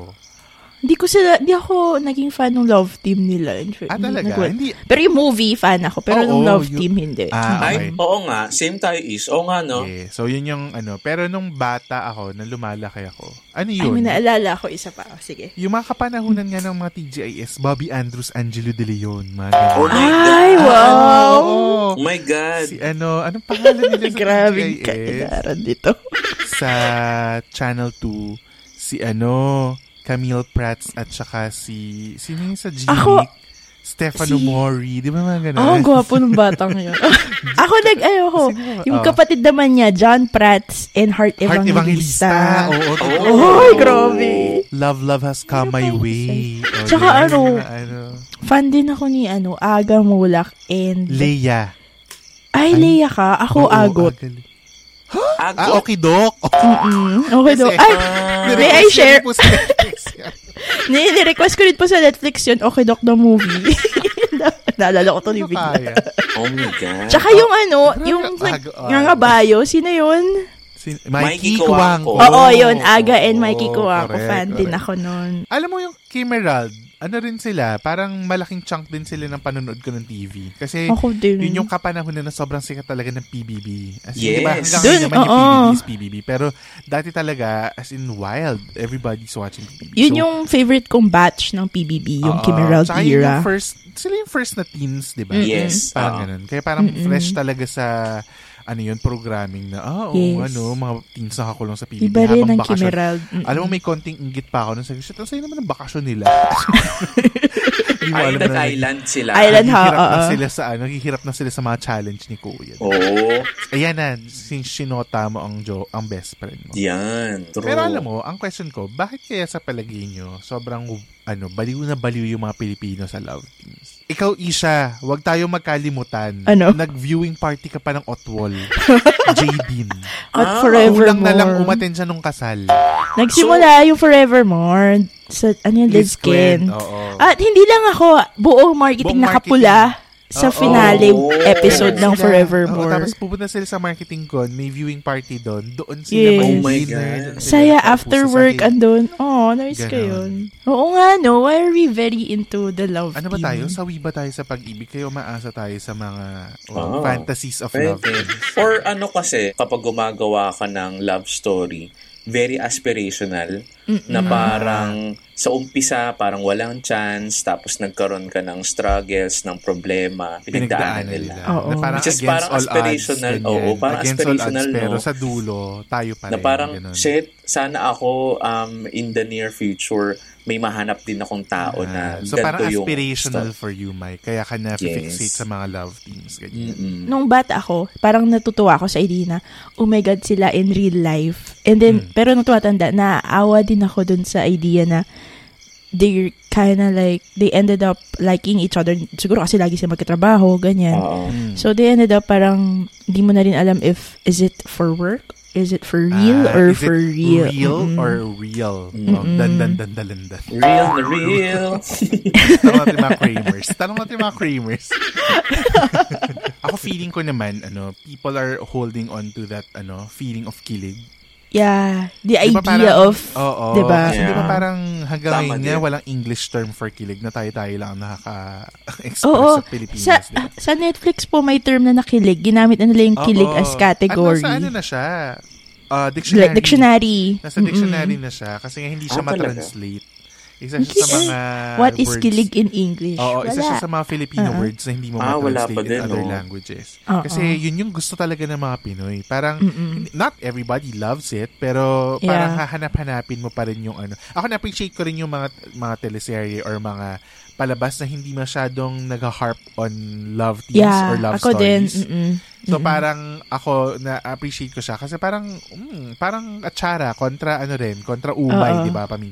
[SPEAKER 4] Hindi ko sila, hindi ako naging fan ng love team nila. In fact,
[SPEAKER 3] Ah,
[SPEAKER 4] hindi
[SPEAKER 3] talaga?
[SPEAKER 4] nagwa-
[SPEAKER 3] Hindi.
[SPEAKER 4] Pero yung movie, fan ako. Pero
[SPEAKER 3] Oo,
[SPEAKER 4] yung love
[SPEAKER 3] yun-
[SPEAKER 4] team, hindi. Mm.
[SPEAKER 3] Ah,
[SPEAKER 2] Ay,
[SPEAKER 3] okay.
[SPEAKER 2] oo nga. Same tayo is. Oo nga, no?
[SPEAKER 3] Okay. So, yun yung ano. Pero nung bata ako, na lumalaki ako, ano
[SPEAKER 4] Ay,
[SPEAKER 3] yun?
[SPEAKER 4] may naalala ako isa pa. Oh, sige.
[SPEAKER 3] yung mga kapanahunan nga ng mga TGIS, Bobby Andrews, Angelo De Leon, mga ganyan.
[SPEAKER 2] Oh my
[SPEAKER 4] Ay,
[SPEAKER 2] God.
[SPEAKER 4] *laughs* wow!
[SPEAKER 3] Oo.
[SPEAKER 2] Oh my God.
[SPEAKER 3] Si ano, anong pangalan nila
[SPEAKER 4] *laughs*
[SPEAKER 3] sa
[SPEAKER 4] Grabing
[SPEAKER 3] TGIS?
[SPEAKER 4] kailaran eh, dito.
[SPEAKER 3] sa Channel 2 si ano, Camille Prats at saka si sino yung sa Gimmick?
[SPEAKER 4] Ako-
[SPEAKER 3] Stefano
[SPEAKER 4] si-
[SPEAKER 3] Mori, di ba mga ganun?
[SPEAKER 4] Ako, Ah, ang gwapo ng batang yun. *laughs* ako nag, ay, ako,
[SPEAKER 3] Sino ba?
[SPEAKER 4] yung
[SPEAKER 3] Oh.
[SPEAKER 4] kapatid naman niya, John Prats and Heart
[SPEAKER 3] Heart
[SPEAKER 4] Evangelista.
[SPEAKER 3] Evangelista. Oo, totoo.
[SPEAKER 4] Ay, grabe.
[SPEAKER 3] Love, love has come my way. Oh, O,
[SPEAKER 4] Tsaka
[SPEAKER 3] yun,
[SPEAKER 4] ano,
[SPEAKER 3] yung mga ano,
[SPEAKER 4] Fan din ako ni, ano, Aga Mulak and...
[SPEAKER 3] Leia.
[SPEAKER 4] ay, Leia ka. Ako,
[SPEAKER 3] Oo,
[SPEAKER 4] Agot.
[SPEAKER 3] Agal- Ah,
[SPEAKER 2] Agot.
[SPEAKER 3] okay, Doc. Oh,
[SPEAKER 4] Mm, okay daw.
[SPEAKER 3] Kasi,
[SPEAKER 4] Ay, may I
[SPEAKER 3] Request yun
[SPEAKER 4] share?
[SPEAKER 3] po sa
[SPEAKER 4] *laughs*
[SPEAKER 3] Netflix Ano yan.
[SPEAKER 4] Ni- Ni-request ko rin po sa Netflix yun. Okay, Doc, the movie. *laughs* Na- Naalala ko to ni
[SPEAKER 3] Hindi ko
[SPEAKER 4] Bigla.
[SPEAKER 3] kaya.
[SPEAKER 2] Oh my God.
[SPEAKER 4] Tsaka yung ano, yung
[SPEAKER 3] Aga,
[SPEAKER 4] nag-
[SPEAKER 3] ah.
[SPEAKER 4] ngangabayo, sino yun?
[SPEAKER 3] Si
[SPEAKER 2] Mikey
[SPEAKER 3] Mikey
[SPEAKER 2] Kuwangko.
[SPEAKER 3] Kuwangko.
[SPEAKER 2] Oo,
[SPEAKER 4] Oo, yun. Aga and
[SPEAKER 3] oo,
[SPEAKER 4] Mikey
[SPEAKER 3] Oh,
[SPEAKER 4] Kuwako.
[SPEAKER 3] correct,
[SPEAKER 4] Fan din
[SPEAKER 3] correct.
[SPEAKER 4] ako nun.
[SPEAKER 3] Alam mo yung Kimerald, ano rin sila, parang malaking chunk din sila ng panonood ko ng TV. Kasi
[SPEAKER 4] Ako din.
[SPEAKER 3] Eh, yun yung kapanahon na sobrang sikat talaga ng PBB. As in,
[SPEAKER 2] Yes.
[SPEAKER 3] di ba, hanggang
[SPEAKER 4] Dun,
[SPEAKER 3] ngayon naman yung
[SPEAKER 4] oo.
[SPEAKER 3] PBB is PBB. Pero dati talaga, as in wild, everybody's watching PBB.
[SPEAKER 4] Yun
[SPEAKER 3] So,
[SPEAKER 4] yung favorite kong batch ng PBB, yung
[SPEAKER 3] oo.
[SPEAKER 4] Kimerald
[SPEAKER 3] Tsaka yun
[SPEAKER 4] era.
[SPEAKER 3] yung first, sila yung first na teens, di ba? Mm-hmm.
[SPEAKER 2] Mm-mm. Yes,
[SPEAKER 3] Parang
[SPEAKER 2] oo.
[SPEAKER 3] ganun. Kaya parang fresh talaga sa ano yun, programming na, ah, oo,
[SPEAKER 4] Yes.
[SPEAKER 3] ano, mga teens nakakulong sa PBB.
[SPEAKER 4] Iba rin
[SPEAKER 3] habang
[SPEAKER 4] ang
[SPEAKER 3] bakasyon.
[SPEAKER 4] Kimerald. Mm.
[SPEAKER 3] Alam mo, may konting inggit pa ako nung sabi ko, shit, ang sayo naman ang bakasyon
[SPEAKER 4] *laughs*
[SPEAKER 3] nila. Hindi mo alam
[SPEAKER 2] Island
[SPEAKER 3] na
[SPEAKER 2] Island sila.
[SPEAKER 4] Island ha,
[SPEAKER 3] naghihirap na
[SPEAKER 4] oo.
[SPEAKER 3] sila sa ano, naghihirap na sila sa mga challenge ni Kuya.
[SPEAKER 2] Oo.
[SPEAKER 3] Ayan na, sin- sinota mo ang jo ang best friend mo.
[SPEAKER 2] Yan. True.
[SPEAKER 3] Pero alam mo, ang question ko, bakit kaya sa palagay nyo, sobrang ano, baliw na baliw yung mga Pilipino sa love teams? Ikaw, Isha, wag tayo magkalimutan.
[SPEAKER 4] Ano?
[SPEAKER 3] Nag-viewing party ka pa ng
[SPEAKER 4] *laughs*
[SPEAKER 3] Otwol. Jadeen.
[SPEAKER 4] At
[SPEAKER 2] Ah,
[SPEAKER 3] Kulang na lang
[SPEAKER 4] Forevermore.
[SPEAKER 3] umaten siya nung kasal.
[SPEAKER 4] Nagsimula yung Forevermore sa, ano yun, Liz Ah,
[SPEAKER 3] Quinn,
[SPEAKER 4] Ken.
[SPEAKER 3] Oo.
[SPEAKER 4] At hindi lang ako, buong marketing
[SPEAKER 3] Oh. Buong Ah, oh.
[SPEAKER 4] nakapula
[SPEAKER 3] Oo.
[SPEAKER 4] sa finale
[SPEAKER 2] Oo.
[SPEAKER 4] episode
[SPEAKER 3] Sila.
[SPEAKER 4] ng
[SPEAKER 3] Oo,
[SPEAKER 4] Forevermore.
[SPEAKER 3] Oh, tapos pupunta sila sa marketing con, may viewing party doon. Doon
[SPEAKER 4] Yes.
[SPEAKER 3] sila
[SPEAKER 4] Oh
[SPEAKER 3] mag-dinner,
[SPEAKER 2] my
[SPEAKER 3] doon
[SPEAKER 2] God.
[SPEAKER 3] sila
[SPEAKER 4] Saya
[SPEAKER 3] Diba? tapos
[SPEAKER 4] after
[SPEAKER 3] sasabihin,
[SPEAKER 4] work, andun. Oh, namiss ko
[SPEAKER 3] Ganon.
[SPEAKER 4] yun. Oo nga, no? Why are we very into the love
[SPEAKER 3] Ano ba
[SPEAKER 4] team?
[SPEAKER 3] tayo? Sawi ba tayo sa pag-ibig? Kaya umaasa tayo sa mga oh,
[SPEAKER 2] Wow.
[SPEAKER 3] fantasies of love.
[SPEAKER 2] Pwede. Or ano kasi, kapag gumagawa ka ng love story, very aspirational, na parang sa umpisa, parang walang chance, tapos nagkaroon ka ng struggles, ng problema, pinagdaanan
[SPEAKER 3] Pinagdaanan
[SPEAKER 2] nila.
[SPEAKER 3] nila.
[SPEAKER 4] Oo.
[SPEAKER 3] Na parang
[SPEAKER 2] Which is
[SPEAKER 3] against
[SPEAKER 2] parang
[SPEAKER 3] all
[SPEAKER 2] aspirational,
[SPEAKER 3] odds.
[SPEAKER 2] oo,
[SPEAKER 3] ganyan.
[SPEAKER 2] parang
[SPEAKER 3] against
[SPEAKER 2] aspirational,
[SPEAKER 3] all odds, pero
[SPEAKER 2] no?
[SPEAKER 3] sa dulo, tayo pa rin.
[SPEAKER 2] Na parang,
[SPEAKER 3] ganun.
[SPEAKER 2] shit, sana ako um, in the near future, may mahanap din akong tao oh, na
[SPEAKER 3] Ah, so
[SPEAKER 2] ganito
[SPEAKER 3] parang
[SPEAKER 2] yung
[SPEAKER 3] aspirational
[SPEAKER 2] stuff.
[SPEAKER 3] for you, Mike. Kaya ka na-fixate
[SPEAKER 2] Yes.
[SPEAKER 3] sa mga love teams. Ganyan.
[SPEAKER 2] Mm-mm.
[SPEAKER 4] nung bata ako, parang natutuwa ako sa Irina, oh my God, sila in real life. And then,
[SPEAKER 3] Hmm.
[SPEAKER 4] pero nung tumatanda, naaawa din ako dun sa idea na they're kinda like, they ended up liking each other. Siguro kasi lagi sila magkatrabaho, ganyan.
[SPEAKER 3] Ah.
[SPEAKER 2] Oo.
[SPEAKER 4] So, they ended up parang, di mo na rin alam if, is it for work? Is it for real
[SPEAKER 3] Ah, is
[SPEAKER 4] or
[SPEAKER 3] it
[SPEAKER 4] for real? Mm-hmm.
[SPEAKER 3] Real
[SPEAKER 4] Mm-mm.
[SPEAKER 3] or real? Oh, dan, dan, dan, dan, dan, dan.
[SPEAKER 2] Mm-hmm. Real na
[SPEAKER 3] *laughs*
[SPEAKER 2] real.
[SPEAKER 3] Tanong natin mga Kramers. Tanong natin mga Kramers. *laughs* Ako feeling ko naman, ano, people are holding on to that, ano, feeling of kilig.
[SPEAKER 4] Yeah. The
[SPEAKER 3] Di ba
[SPEAKER 4] idea
[SPEAKER 3] parang- oh,
[SPEAKER 4] of,
[SPEAKER 3] Oo.
[SPEAKER 4] diba?
[SPEAKER 3] Kasi di ba
[SPEAKER 2] Yeah.
[SPEAKER 3] parang hanggang
[SPEAKER 2] Tama
[SPEAKER 3] ngayon nga,
[SPEAKER 2] din.
[SPEAKER 3] walang English term for kilig na tayo-tayo lang ang nakaka-express
[SPEAKER 4] Oo.
[SPEAKER 3] sa Pilipinas.
[SPEAKER 4] Sa,
[SPEAKER 3] di ba?
[SPEAKER 4] sa Netflix po may term na nakilig. Ginamit na nila yung kilig
[SPEAKER 3] Oo.
[SPEAKER 4] ah, as
[SPEAKER 3] Ano,
[SPEAKER 4] category.
[SPEAKER 3] sa ano na siya? Ah, dictionary.
[SPEAKER 4] Like dictionary.
[SPEAKER 3] Nasa dictionary na siya kasi nga hindi siya
[SPEAKER 2] Ah, talaga?
[SPEAKER 3] matranslate. Isa siya sa mga
[SPEAKER 4] What is
[SPEAKER 3] words.
[SPEAKER 4] kilig in English?
[SPEAKER 3] Oo, isa siya
[SPEAKER 4] Wala.
[SPEAKER 3] sa mga Filipino
[SPEAKER 4] Ah.
[SPEAKER 3] words na hindi mo
[SPEAKER 2] Ah, wala
[SPEAKER 3] ma-translate
[SPEAKER 2] pa din,
[SPEAKER 3] in other
[SPEAKER 2] oh.
[SPEAKER 3] languages.
[SPEAKER 4] Oo.
[SPEAKER 3] Kasi yun yung gusto talaga ng mga Pinoy. Parang, not everybody loves it, pero parang
[SPEAKER 4] Yeah.
[SPEAKER 3] hahanap-hanapin mo pa rin yung ano. Ako na-appreciate ko rin yung mga, mga teleserye or mga palabas na hindi masyadong nag-harp on love themes or
[SPEAKER 4] Yeah,
[SPEAKER 3] love
[SPEAKER 4] ako din.
[SPEAKER 3] stories.
[SPEAKER 4] mm-mm.
[SPEAKER 3] So
[SPEAKER 4] Mm-mm.
[SPEAKER 3] parang ako na-appreciate ko siya kasi parang mm, parang atsara kontra ano rin, kontra umay,
[SPEAKER 4] Oo.
[SPEAKER 3] 'di ba? Pamin-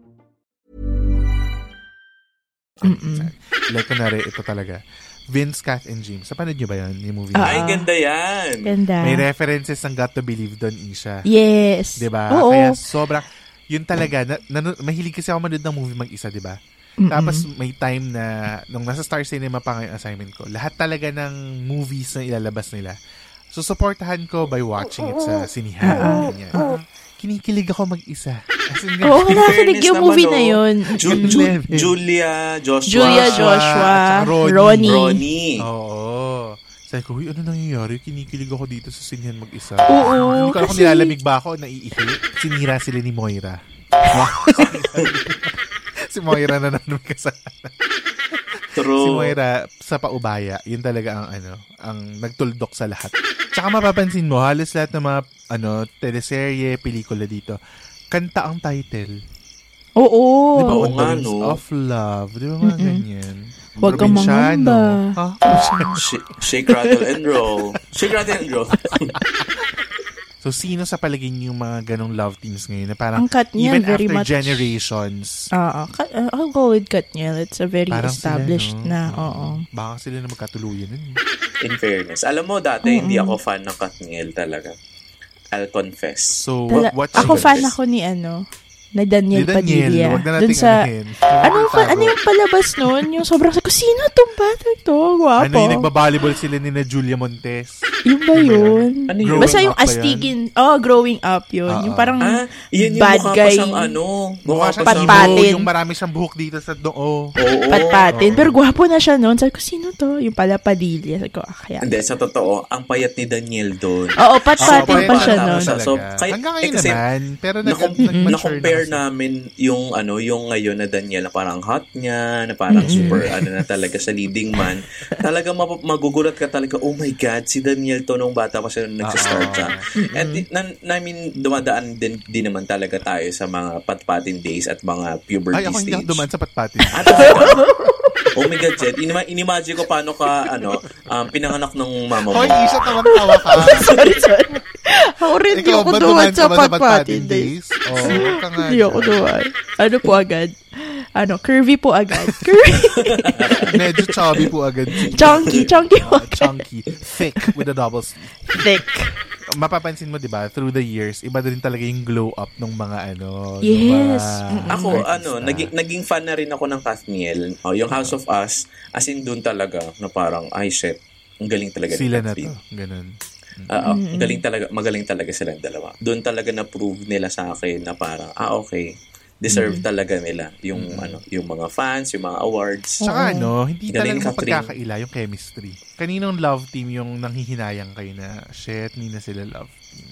[SPEAKER 3] like kunwari, ito talaga. Vince, Kath, and James. Napanood nyo ba yun, yung movie?
[SPEAKER 4] Ah.
[SPEAKER 3] na
[SPEAKER 2] Ay,
[SPEAKER 3] yun?
[SPEAKER 2] ganda yan.
[SPEAKER 4] Ganda.
[SPEAKER 3] May references ng Got to Believe doon, Isha.
[SPEAKER 4] Yes.
[SPEAKER 3] Diba?
[SPEAKER 4] Oo.
[SPEAKER 3] Kaya sobrang, yun talaga, na, nanu- mahilig kasi ako manood ng movie mag-isa, diba? Tapos may time na, nung nasa Star Cinema pa ngayon assignment ko, lahat talaga ng movies na ilalabas nila, susuportahan ko by watching it sa sinihan. Ganyan. Kinikilig ako mag-isa. As in, *laughs*
[SPEAKER 4] Oo,
[SPEAKER 2] In
[SPEAKER 4] nakakilig
[SPEAKER 2] fairness
[SPEAKER 4] yung
[SPEAKER 2] naman,
[SPEAKER 4] movie
[SPEAKER 2] oh,
[SPEAKER 4] na yun.
[SPEAKER 2] Ju- Ju-
[SPEAKER 3] Eleven.
[SPEAKER 2] Julia, Joshua.
[SPEAKER 4] Julia Joshua,
[SPEAKER 3] tsaka Ronnie.
[SPEAKER 4] Ronnie.
[SPEAKER 2] Ronnie.
[SPEAKER 3] Oh, Oo. Sabi ko, uy, ano nangyayari? Kinikilig ako dito sa sinihan mag-isa.
[SPEAKER 4] Oo,
[SPEAKER 3] Hindi ko alam kung
[SPEAKER 4] kasi-
[SPEAKER 3] nilalamig ba ako, naiihi. Sinira sila ni Moira. *laughs* si Moira na nanonood ka sa...
[SPEAKER 2] Oh, True.
[SPEAKER 3] Si Moira sa paubaya, yun talaga ang ano, ang nagtuldok sa lahat. Tsaka mapapansin mo, halos lahat ng mga ano, teleserye, pelikula dito, kanta ang title.
[SPEAKER 4] Oo.
[SPEAKER 3] Di ba?
[SPEAKER 2] Oo
[SPEAKER 3] On the
[SPEAKER 2] nga,
[SPEAKER 3] Wings
[SPEAKER 2] no?
[SPEAKER 3] of Love. Di ba mga ganyan?
[SPEAKER 4] Huwag kang
[SPEAKER 3] Probinsyano.
[SPEAKER 4] mangamba.
[SPEAKER 3] Ha? Probinsyano.
[SPEAKER 2] *laughs* Sh- shake, rattle, and roll. Shake, rattle, and roll. *laughs*
[SPEAKER 3] So, sino sa palagay niyo yung mga ganong love teams ngayon na parang
[SPEAKER 4] Ang cut niya,
[SPEAKER 3] even
[SPEAKER 4] very
[SPEAKER 3] after
[SPEAKER 4] much-
[SPEAKER 3] generations,
[SPEAKER 4] Oo. Ka- uh, I'll go with Katniel. It's a very
[SPEAKER 3] parang
[SPEAKER 4] established
[SPEAKER 3] sila, no? Mm.
[SPEAKER 4] na. Oo.
[SPEAKER 3] Baka sila na magkatuluyan nun.
[SPEAKER 2] In fairness. Alam mo, dati hindi ako
[SPEAKER 4] Mm-hmm.
[SPEAKER 2] fan ng Katniel talaga. I'll confess.
[SPEAKER 3] So,
[SPEAKER 4] Tala-
[SPEAKER 3] what, what's
[SPEAKER 4] ako
[SPEAKER 3] yours?
[SPEAKER 4] fan ako ni ano, na Daniel,
[SPEAKER 3] Ni Daniel,
[SPEAKER 4] Padilla.
[SPEAKER 3] huwag na nating eh.
[SPEAKER 4] Dun sa,
[SPEAKER 3] anuhin.
[SPEAKER 4] ano,
[SPEAKER 3] Huwag
[SPEAKER 4] ano
[SPEAKER 3] tayo.
[SPEAKER 4] yung palabas nun? Yung sobrang sa sino itong bata ito? Guwapo.
[SPEAKER 3] Ano yung nagbabalibol sila ni na Julia Montes?
[SPEAKER 4] Yun ba yun?
[SPEAKER 2] Ano yun?
[SPEAKER 4] Basta
[SPEAKER 3] Growing
[SPEAKER 4] yung
[SPEAKER 3] up ba yun?
[SPEAKER 4] astigin. Oh, growing up yun. Yung parang
[SPEAKER 2] Ah, yan yung
[SPEAKER 4] bad
[SPEAKER 2] mukha
[SPEAKER 4] guy.
[SPEAKER 2] pa siyang ano. Mukha pa
[SPEAKER 3] Mukha siyang
[SPEAKER 2] siyang...
[SPEAKER 4] Patpat.
[SPEAKER 3] Patpatin.
[SPEAKER 4] Patpatin.
[SPEAKER 3] Yung marami siyang buhok dito sa oh. doo.
[SPEAKER 2] Oo.
[SPEAKER 4] patpatin. Pero guwapo na siya noon. Sabi ko, sino to? Yung pala Padilla. Sabi ko, ah, kaya.
[SPEAKER 2] Hindi, sa totoo, ang payat ni Daniel doon.
[SPEAKER 4] Oo, patpatin
[SPEAKER 2] Oo,
[SPEAKER 4] pa siya
[SPEAKER 2] patpatin
[SPEAKER 4] noon.
[SPEAKER 2] siya.
[SPEAKER 3] Talaga.
[SPEAKER 2] So, kay-
[SPEAKER 3] Hanggang ngayon
[SPEAKER 2] eh, kasi
[SPEAKER 3] naman. Pero nag-
[SPEAKER 2] Nakom-
[SPEAKER 3] nag-mature
[SPEAKER 2] na-compare
[SPEAKER 3] na.
[SPEAKER 2] namin yung ano yung ngayon na Daniel na parang hot niya, na parang super ano na talaga sa leading man. Talaga map- magugulat ka talaga, oh my God, si Daniel to nung bata pa siya nung nagsistart siya.
[SPEAKER 3] Ah.
[SPEAKER 2] At na- na, I mean, dumadaan din, din naman talaga tayo sa mga patpatin days at mga
[SPEAKER 3] kasi.
[SPEAKER 2] puberty
[SPEAKER 3] Ay, ako hindi ako
[SPEAKER 2] stage.
[SPEAKER 3] dumaan sa
[SPEAKER 2] *laughs*
[SPEAKER 3] patpatin.
[SPEAKER 2] At ako- oh my God, Jed, inima- inimagine ko paano ka ano, um, pinanganak ng mama mo.
[SPEAKER 3] Hoy, isa tawang tawa ka.
[SPEAKER 4] *laughs* sorry, sorry. Ako rin, di
[SPEAKER 3] Ikaw
[SPEAKER 4] ako
[SPEAKER 3] ba
[SPEAKER 4] duwan
[SPEAKER 3] dumaan
[SPEAKER 4] sa
[SPEAKER 3] ka ba sa
[SPEAKER 4] patpatin
[SPEAKER 3] patpatin
[SPEAKER 4] days. *laughs*
[SPEAKER 3] days? Oo, huwag ka nga.
[SPEAKER 4] Hindi ako duwan. Ano po agad? Ano, curvy po agad. Curvy. *laughs*
[SPEAKER 3] Medyo chubby po agad. si- *laughs*
[SPEAKER 4] chunky, chunky po
[SPEAKER 3] Ah,
[SPEAKER 4] agad.
[SPEAKER 3] chunky. Thick with a double C.
[SPEAKER 4] Thick.
[SPEAKER 3] Mapapansin mo, di ba, through the years, iba din talaga yung glow up ng mga ano.
[SPEAKER 4] Yes.
[SPEAKER 3] ng mga
[SPEAKER 2] Ako,
[SPEAKER 3] artista.
[SPEAKER 2] ano, naging, naging fan na rin ako ng Kathniel. Oh, yung House of Us, as in dun talaga, na parang, ay shit, ang galing talaga. ni
[SPEAKER 3] Sila na
[SPEAKER 2] Kathleen."
[SPEAKER 3] to. Ganun.
[SPEAKER 2] Oo, galing talaga, magaling talaga silang dalawa. Doon talaga na-prove nila sa akin na parang, ah, okay, deserve talaga nila yung ano yung mga fans, yung mga awards.
[SPEAKER 3] Tsaka ano, hindi
[SPEAKER 2] Galing ka,
[SPEAKER 3] talaga
[SPEAKER 2] Trin.
[SPEAKER 3] mapagkakaila yung chemistry. Kaninong love team yung nanghihinayang kayo na, shit, hindi na sila love team.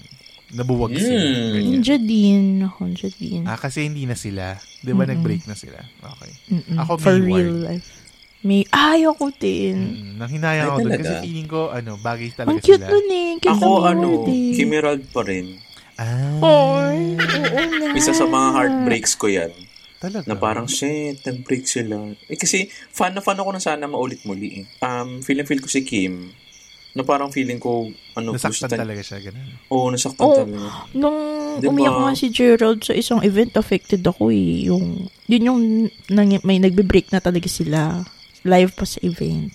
[SPEAKER 3] Nabuwag sila.
[SPEAKER 2] Mm.
[SPEAKER 3] Ganyan.
[SPEAKER 4] Andiyan din. Ako, andiyan din.
[SPEAKER 3] Ah, kasi hindi na sila. Di ba, nag-break na sila. Okay.
[SPEAKER 4] Mm-mm.
[SPEAKER 3] Ako,
[SPEAKER 4] For
[SPEAKER 3] Hayward.
[SPEAKER 4] real life. May, ah, ayoko din.
[SPEAKER 3] Mm, nanghinayang
[SPEAKER 2] Ay,
[SPEAKER 3] ako doon
[SPEAKER 2] talaga?
[SPEAKER 3] kasi feeling ko, ano, bagay talaga
[SPEAKER 4] Ang cute
[SPEAKER 3] sila.
[SPEAKER 4] nun eh. Cute
[SPEAKER 2] Ako,
[SPEAKER 4] ng
[SPEAKER 2] ano,
[SPEAKER 4] word eh.
[SPEAKER 2] Kimerald pa rin.
[SPEAKER 3] Ah,
[SPEAKER 4] Ay, oo nga.
[SPEAKER 2] Isa sa mga heartbreaks ko yan.
[SPEAKER 3] talaga.
[SPEAKER 2] Na parang, shit, nag-break sila. Eh, kasi, fan na fan ako na sana maulit muli eh. Um, feeling feel ko si Kim, na parang feeling ko, ano, gusto-
[SPEAKER 3] Nasaktan talaga siya, ganun.
[SPEAKER 2] Oo, nasaktan
[SPEAKER 4] Oo.
[SPEAKER 2] talaga.
[SPEAKER 4] Nung
[SPEAKER 2] Diba?
[SPEAKER 4] umiyak nga si Gerald sa isang event, affected ako eh. Yung, yun yung nang, may nagbe-break na talaga sila. Live pa sa event.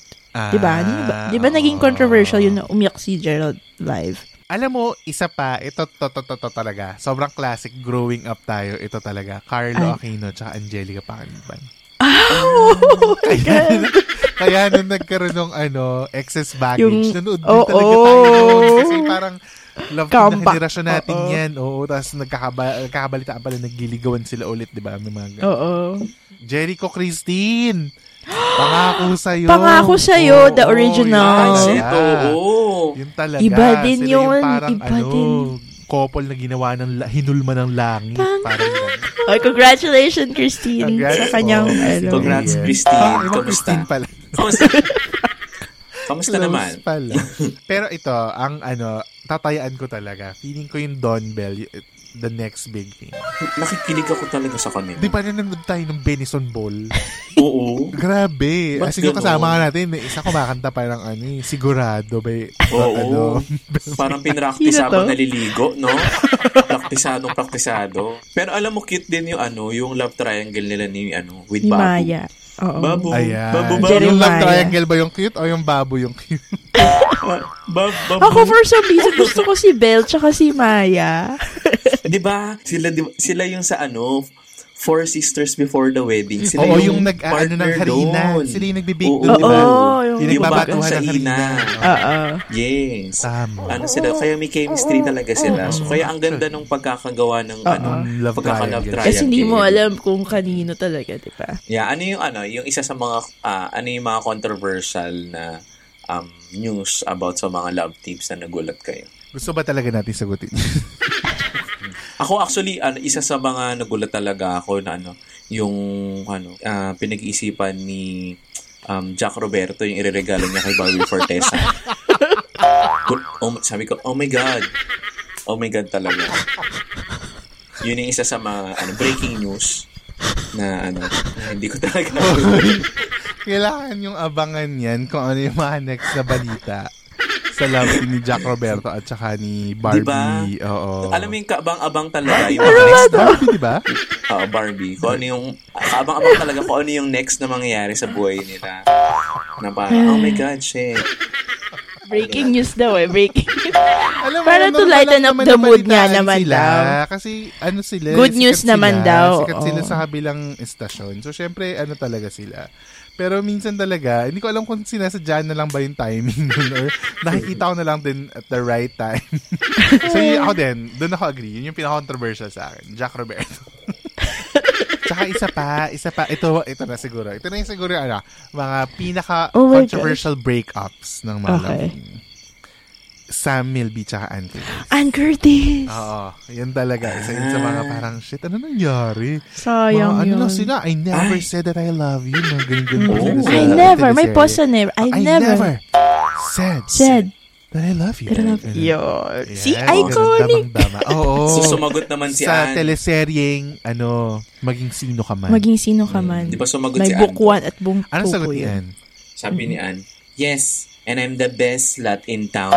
[SPEAKER 4] diba? Di ba,
[SPEAKER 3] Ah,
[SPEAKER 4] di ba naging
[SPEAKER 3] oo.
[SPEAKER 4] controversial yun na umiyak si Gerald live?
[SPEAKER 3] Alam mo, isa pa, ito to, to, to, to talaga. Sobrang classic growing up tayo. Ito talaga. Carlo Aquino tsaka Angelica Panganiban. Ah.
[SPEAKER 4] *laughs* Oh, my God.
[SPEAKER 3] Kaya nung nagkaroon ng ano, excess baggage,
[SPEAKER 4] Yung-
[SPEAKER 3] nanood din
[SPEAKER 4] Oo.
[SPEAKER 3] talaga tayo noon. Kasi parang love team na
[SPEAKER 4] Comeback.
[SPEAKER 3] henerasyon natin
[SPEAKER 4] Oo.
[SPEAKER 3] yan. Oo, tapos nagkakaba- nagkakabalitaan pala, nagliligawan sila ulit, di ba? May mga ganun. *laughs*
[SPEAKER 4] Oo.
[SPEAKER 3] Jericho Christine! Pangako sa'yo!
[SPEAKER 4] Pangako sa'yo, the
[SPEAKER 3] Oo,
[SPEAKER 4] original.
[SPEAKER 3] yun
[SPEAKER 2] Ay,
[SPEAKER 4] Oo.
[SPEAKER 2] shit,
[SPEAKER 3] talaga. *laughs*
[SPEAKER 2] oo.
[SPEAKER 3] Yun talaga.
[SPEAKER 4] Iba din
[SPEAKER 3] Sila
[SPEAKER 4] yun,
[SPEAKER 3] Yung parang
[SPEAKER 4] iba
[SPEAKER 3] ano,
[SPEAKER 4] din.
[SPEAKER 3] couple na ginawa ng la- hinulma ng langit. Parang ganun.
[SPEAKER 4] Ay, congratulations, Christine,
[SPEAKER 3] Congrats Oh,
[SPEAKER 4] sa kanyang,
[SPEAKER 3] po.
[SPEAKER 4] ano,
[SPEAKER 2] Congrats,
[SPEAKER 3] Yes.
[SPEAKER 2] Christine.
[SPEAKER 3] Ah, iba,
[SPEAKER 2] Kamusta?
[SPEAKER 3] Christine pala.
[SPEAKER 2] Kamusta? Kamusta naman?
[SPEAKER 3] Close pala.
[SPEAKER 2] *laughs*
[SPEAKER 3] Pero ito, ang ano, tatayaan ko talaga. Feeling ko yung Don Bell, y- the next big thing.
[SPEAKER 2] Nakikinig ako talaga sa kanila.
[SPEAKER 3] Di ba na nanood tayo ng Benison Ball?
[SPEAKER 2] Oo.
[SPEAKER 3] Grabe.
[SPEAKER 2] Ba't
[SPEAKER 3] As in, yung
[SPEAKER 2] ganun?
[SPEAKER 3] kasama ka natin, isa kumakanta pa ng ano, eh, sigurado *laughs* ba? eh,
[SPEAKER 2] Oo.
[SPEAKER 3] ano,
[SPEAKER 2] *laughs* Parang pinraktis
[SPEAKER 4] Sino to?
[SPEAKER 2] habang naliligo, no? Praktisadong praktisado. Pero alam mo, cute din yung ano, yung love triangle nila ni, ano, with
[SPEAKER 4] ni
[SPEAKER 2] Babu.
[SPEAKER 4] Maya. Oo.
[SPEAKER 2] Babu.
[SPEAKER 3] Ayan.
[SPEAKER 2] Babu, babu.
[SPEAKER 4] Jerry-
[SPEAKER 3] Yung love
[SPEAKER 4] Jeremiah.
[SPEAKER 3] triangle ba yung cute o yung babo yung cute? *laughs*
[SPEAKER 2] Bab- babu.
[SPEAKER 4] Ako for some reason, gusto ko si Belle tsaka si Maya.
[SPEAKER 2] Di ba? Sila, di, sila yung sa ano, Four Sisters Before the Wedding. Sila
[SPEAKER 3] Oo, yung nag- ano
[SPEAKER 2] partner
[SPEAKER 3] ng harina.
[SPEAKER 2] doon.
[SPEAKER 3] Sila yung nagbibake
[SPEAKER 2] Oo,
[SPEAKER 3] doon,
[SPEAKER 4] di ba? Oo,
[SPEAKER 2] yung,
[SPEAKER 4] yung-
[SPEAKER 3] Yung
[SPEAKER 2] bagong
[SPEAKER 3] nagbabatuhan ng
[SPEAKER 2] sarina.
[SPEAKER 3] harina.
[SPEAKER 4] Oo.
[SPEAKER 2] Yes.
[SPEAKER 3] Tama.
[SPEAKER 2] Ano sila, kaya may chemistry talaga sila. So, kaya ang ganda nung pagkakagawa ng ano,
[SPEAKER 3] Love
[SPEAKER 2] pagkaka-love
[SPEAKER 3] triangle.
[SPEAKER 2] triangle.
[SPEAKER 4] Kasi hindi mo alam kung kanino talaga, di ba?
[SPEAKER 2] Yeah, ano yung ano, yung isa sa mga ah, ano yung mga controversial na um, news about sa mga love teams na nagulat kayo.
[SPEAKER 3] Gusto ba talaga natin sagutin? *laughs*
[SPEAKER 2] Ako actually ano, isa sa mga nagulat talaga ako na ano, yung ano, ah, pinag-iisipan ni um, Jack Roberto yung ireregalo niya kay Bobby Fortesa. Good- oh, sabi ko, oh my God. Oh my God talaga. Yun yung isa sa mga ano, breaking news na ano, na hindi ko talaga
[SPEAKER 3] Kailangan yung abangan yan kung ano yung mga next na balita sa love team ni Jack Roberto at saka ni Barbie.
[SPEAKER 2] Diba?
[SPEAKER 3] Oo.
[SPEAKER 2] Alam mo yung kaabang-abang talaga yung mga next na
[SPEAKER 3] Barbie, di ba?
[SPEAKER 2] Oo, Barbie. Kung ano yung, kaabang-abang talaga kung ano yung next na mangyayari sa buhay nila. Na parang, oh my God, shit.
[SPEAKER 4] Breaking news daw eh, breaking news.
[SPEAKER 3] Alam mo,
[SPEAKER 4] Para
[SPEAKER 3] ano,
[SPEAKER 4] to lighten
[SPEAKER 3] wala
[SPEAKER 4] up
[SPEAKER 3] naman
[SPEAKER 4] the mood nga
[SPEAKER 3] nabalitaan
[SPEAKER 4] naman
[SPEAKER 3] sila.
[SPEAKER 4] daw.
[SPEAKER 3] Kasi ano sila,
[SPEAKER 4] Good
[SPEAKER 3] sikat
[SPEAKER 4] news
[SPEAKER 3] sila,
[SPEAKER 4] naman daw,
[SPEAKER 3] Sikat sila
[SPEAKER 4] oo.
[SPEAKER 3] sa kabilang estasyon. So, syempre, ano talaga sila. Pero minsan talaga, hindi ko alam kung sinasadya na lang ba yung timing nun
[SPEAKER 4] *laughs*
[SPEAKER 3] or nakikita ko na lang din at the right time. so, yun, ako din, doon ako agree. Yun yung pinaka-controversial sa akin. Jack
[SPEAKER 4] *laughs*
[SPEAKER 3] Roberto. Tsaka isa pa, isa pa, ito, ito na siguro. Ito na yung siguro, yung ano, mga
[SPEAKER 4] Oh my
[SPEAKER 3] pinaka-controversial breakups ng mga
[SPEAKER 4] Okay.
[SPEAKER 3] loving. Sam Milby tsaka Ann Curtis.
[SPEAKER 4] *laughs* Ann Curtis.
[SPEAKER 3] Oo, yun talaga. Isa yun sa mga parang, shit, ano nangyari?
[SPEAKER 4] Sayang
[SPEAKER 3] mga, ano
[SPEAKER 4] Oh, yun. Mm-hmm.
[SPEAKER 3] lang sila, I never
[SPEAKER 2] Ay.
[SPEAKER 3] said that I love you. Mga ganun-ganun pa sila
[SPEAKER 2] Oh.
[SPEAKER 3] sa
[SPEAKER 4] I never, may
[SPEAKER 3] teleserye.
[SPEAKER 4] pause sa never. I,
[SPEAKER 3] I
[SPEAKER 4] never,
[SPEAKER 3] said,
[SPEAKER 4] said
[SPEAKER 3] that I love you.
[SPEAKER 4] that I love
[SPEAKER 3] Ganun.
[SPEAKER 4] you.
[SPEAKER 3] Yes,
[SPEAKER 4] See,
[SPEAKER 3] ganun,
[SPEAKER 4] iconic. *laughs*
[SPEAKER 3] damang-dama. Oo.
[SPEAKER 2] So,
[SPEAKER 4] Oh.
[SPEAKER 2] sumagot naman si
[SPEAKER 3] sa
[SPEAKER 2] Ann.
[SPEAKER 3] teleseryeng, ano, maging sino ka man.
[SPEAKER 4] Maging sino ka man.
[SPEAKER 2] Di ba sumagot
[SPEAKER 4] May
[SPEAKER 2] si
[SPEAKER 4] book
[SPEAKER 2] Ann?
[SPEAKER 4] one at book
[SPEAKER 3] Mm. ano
[SPEAKER 4] two
[SPEAKER 3] sagot
[SPEAKER 4] po
[SPEAKER 3] ni
[SPEAKER 4] yun.
[SPEAKER 3] Ann?
[SPEAKER 2] Sabi ni Ann, yes, and I'm the best slut in town.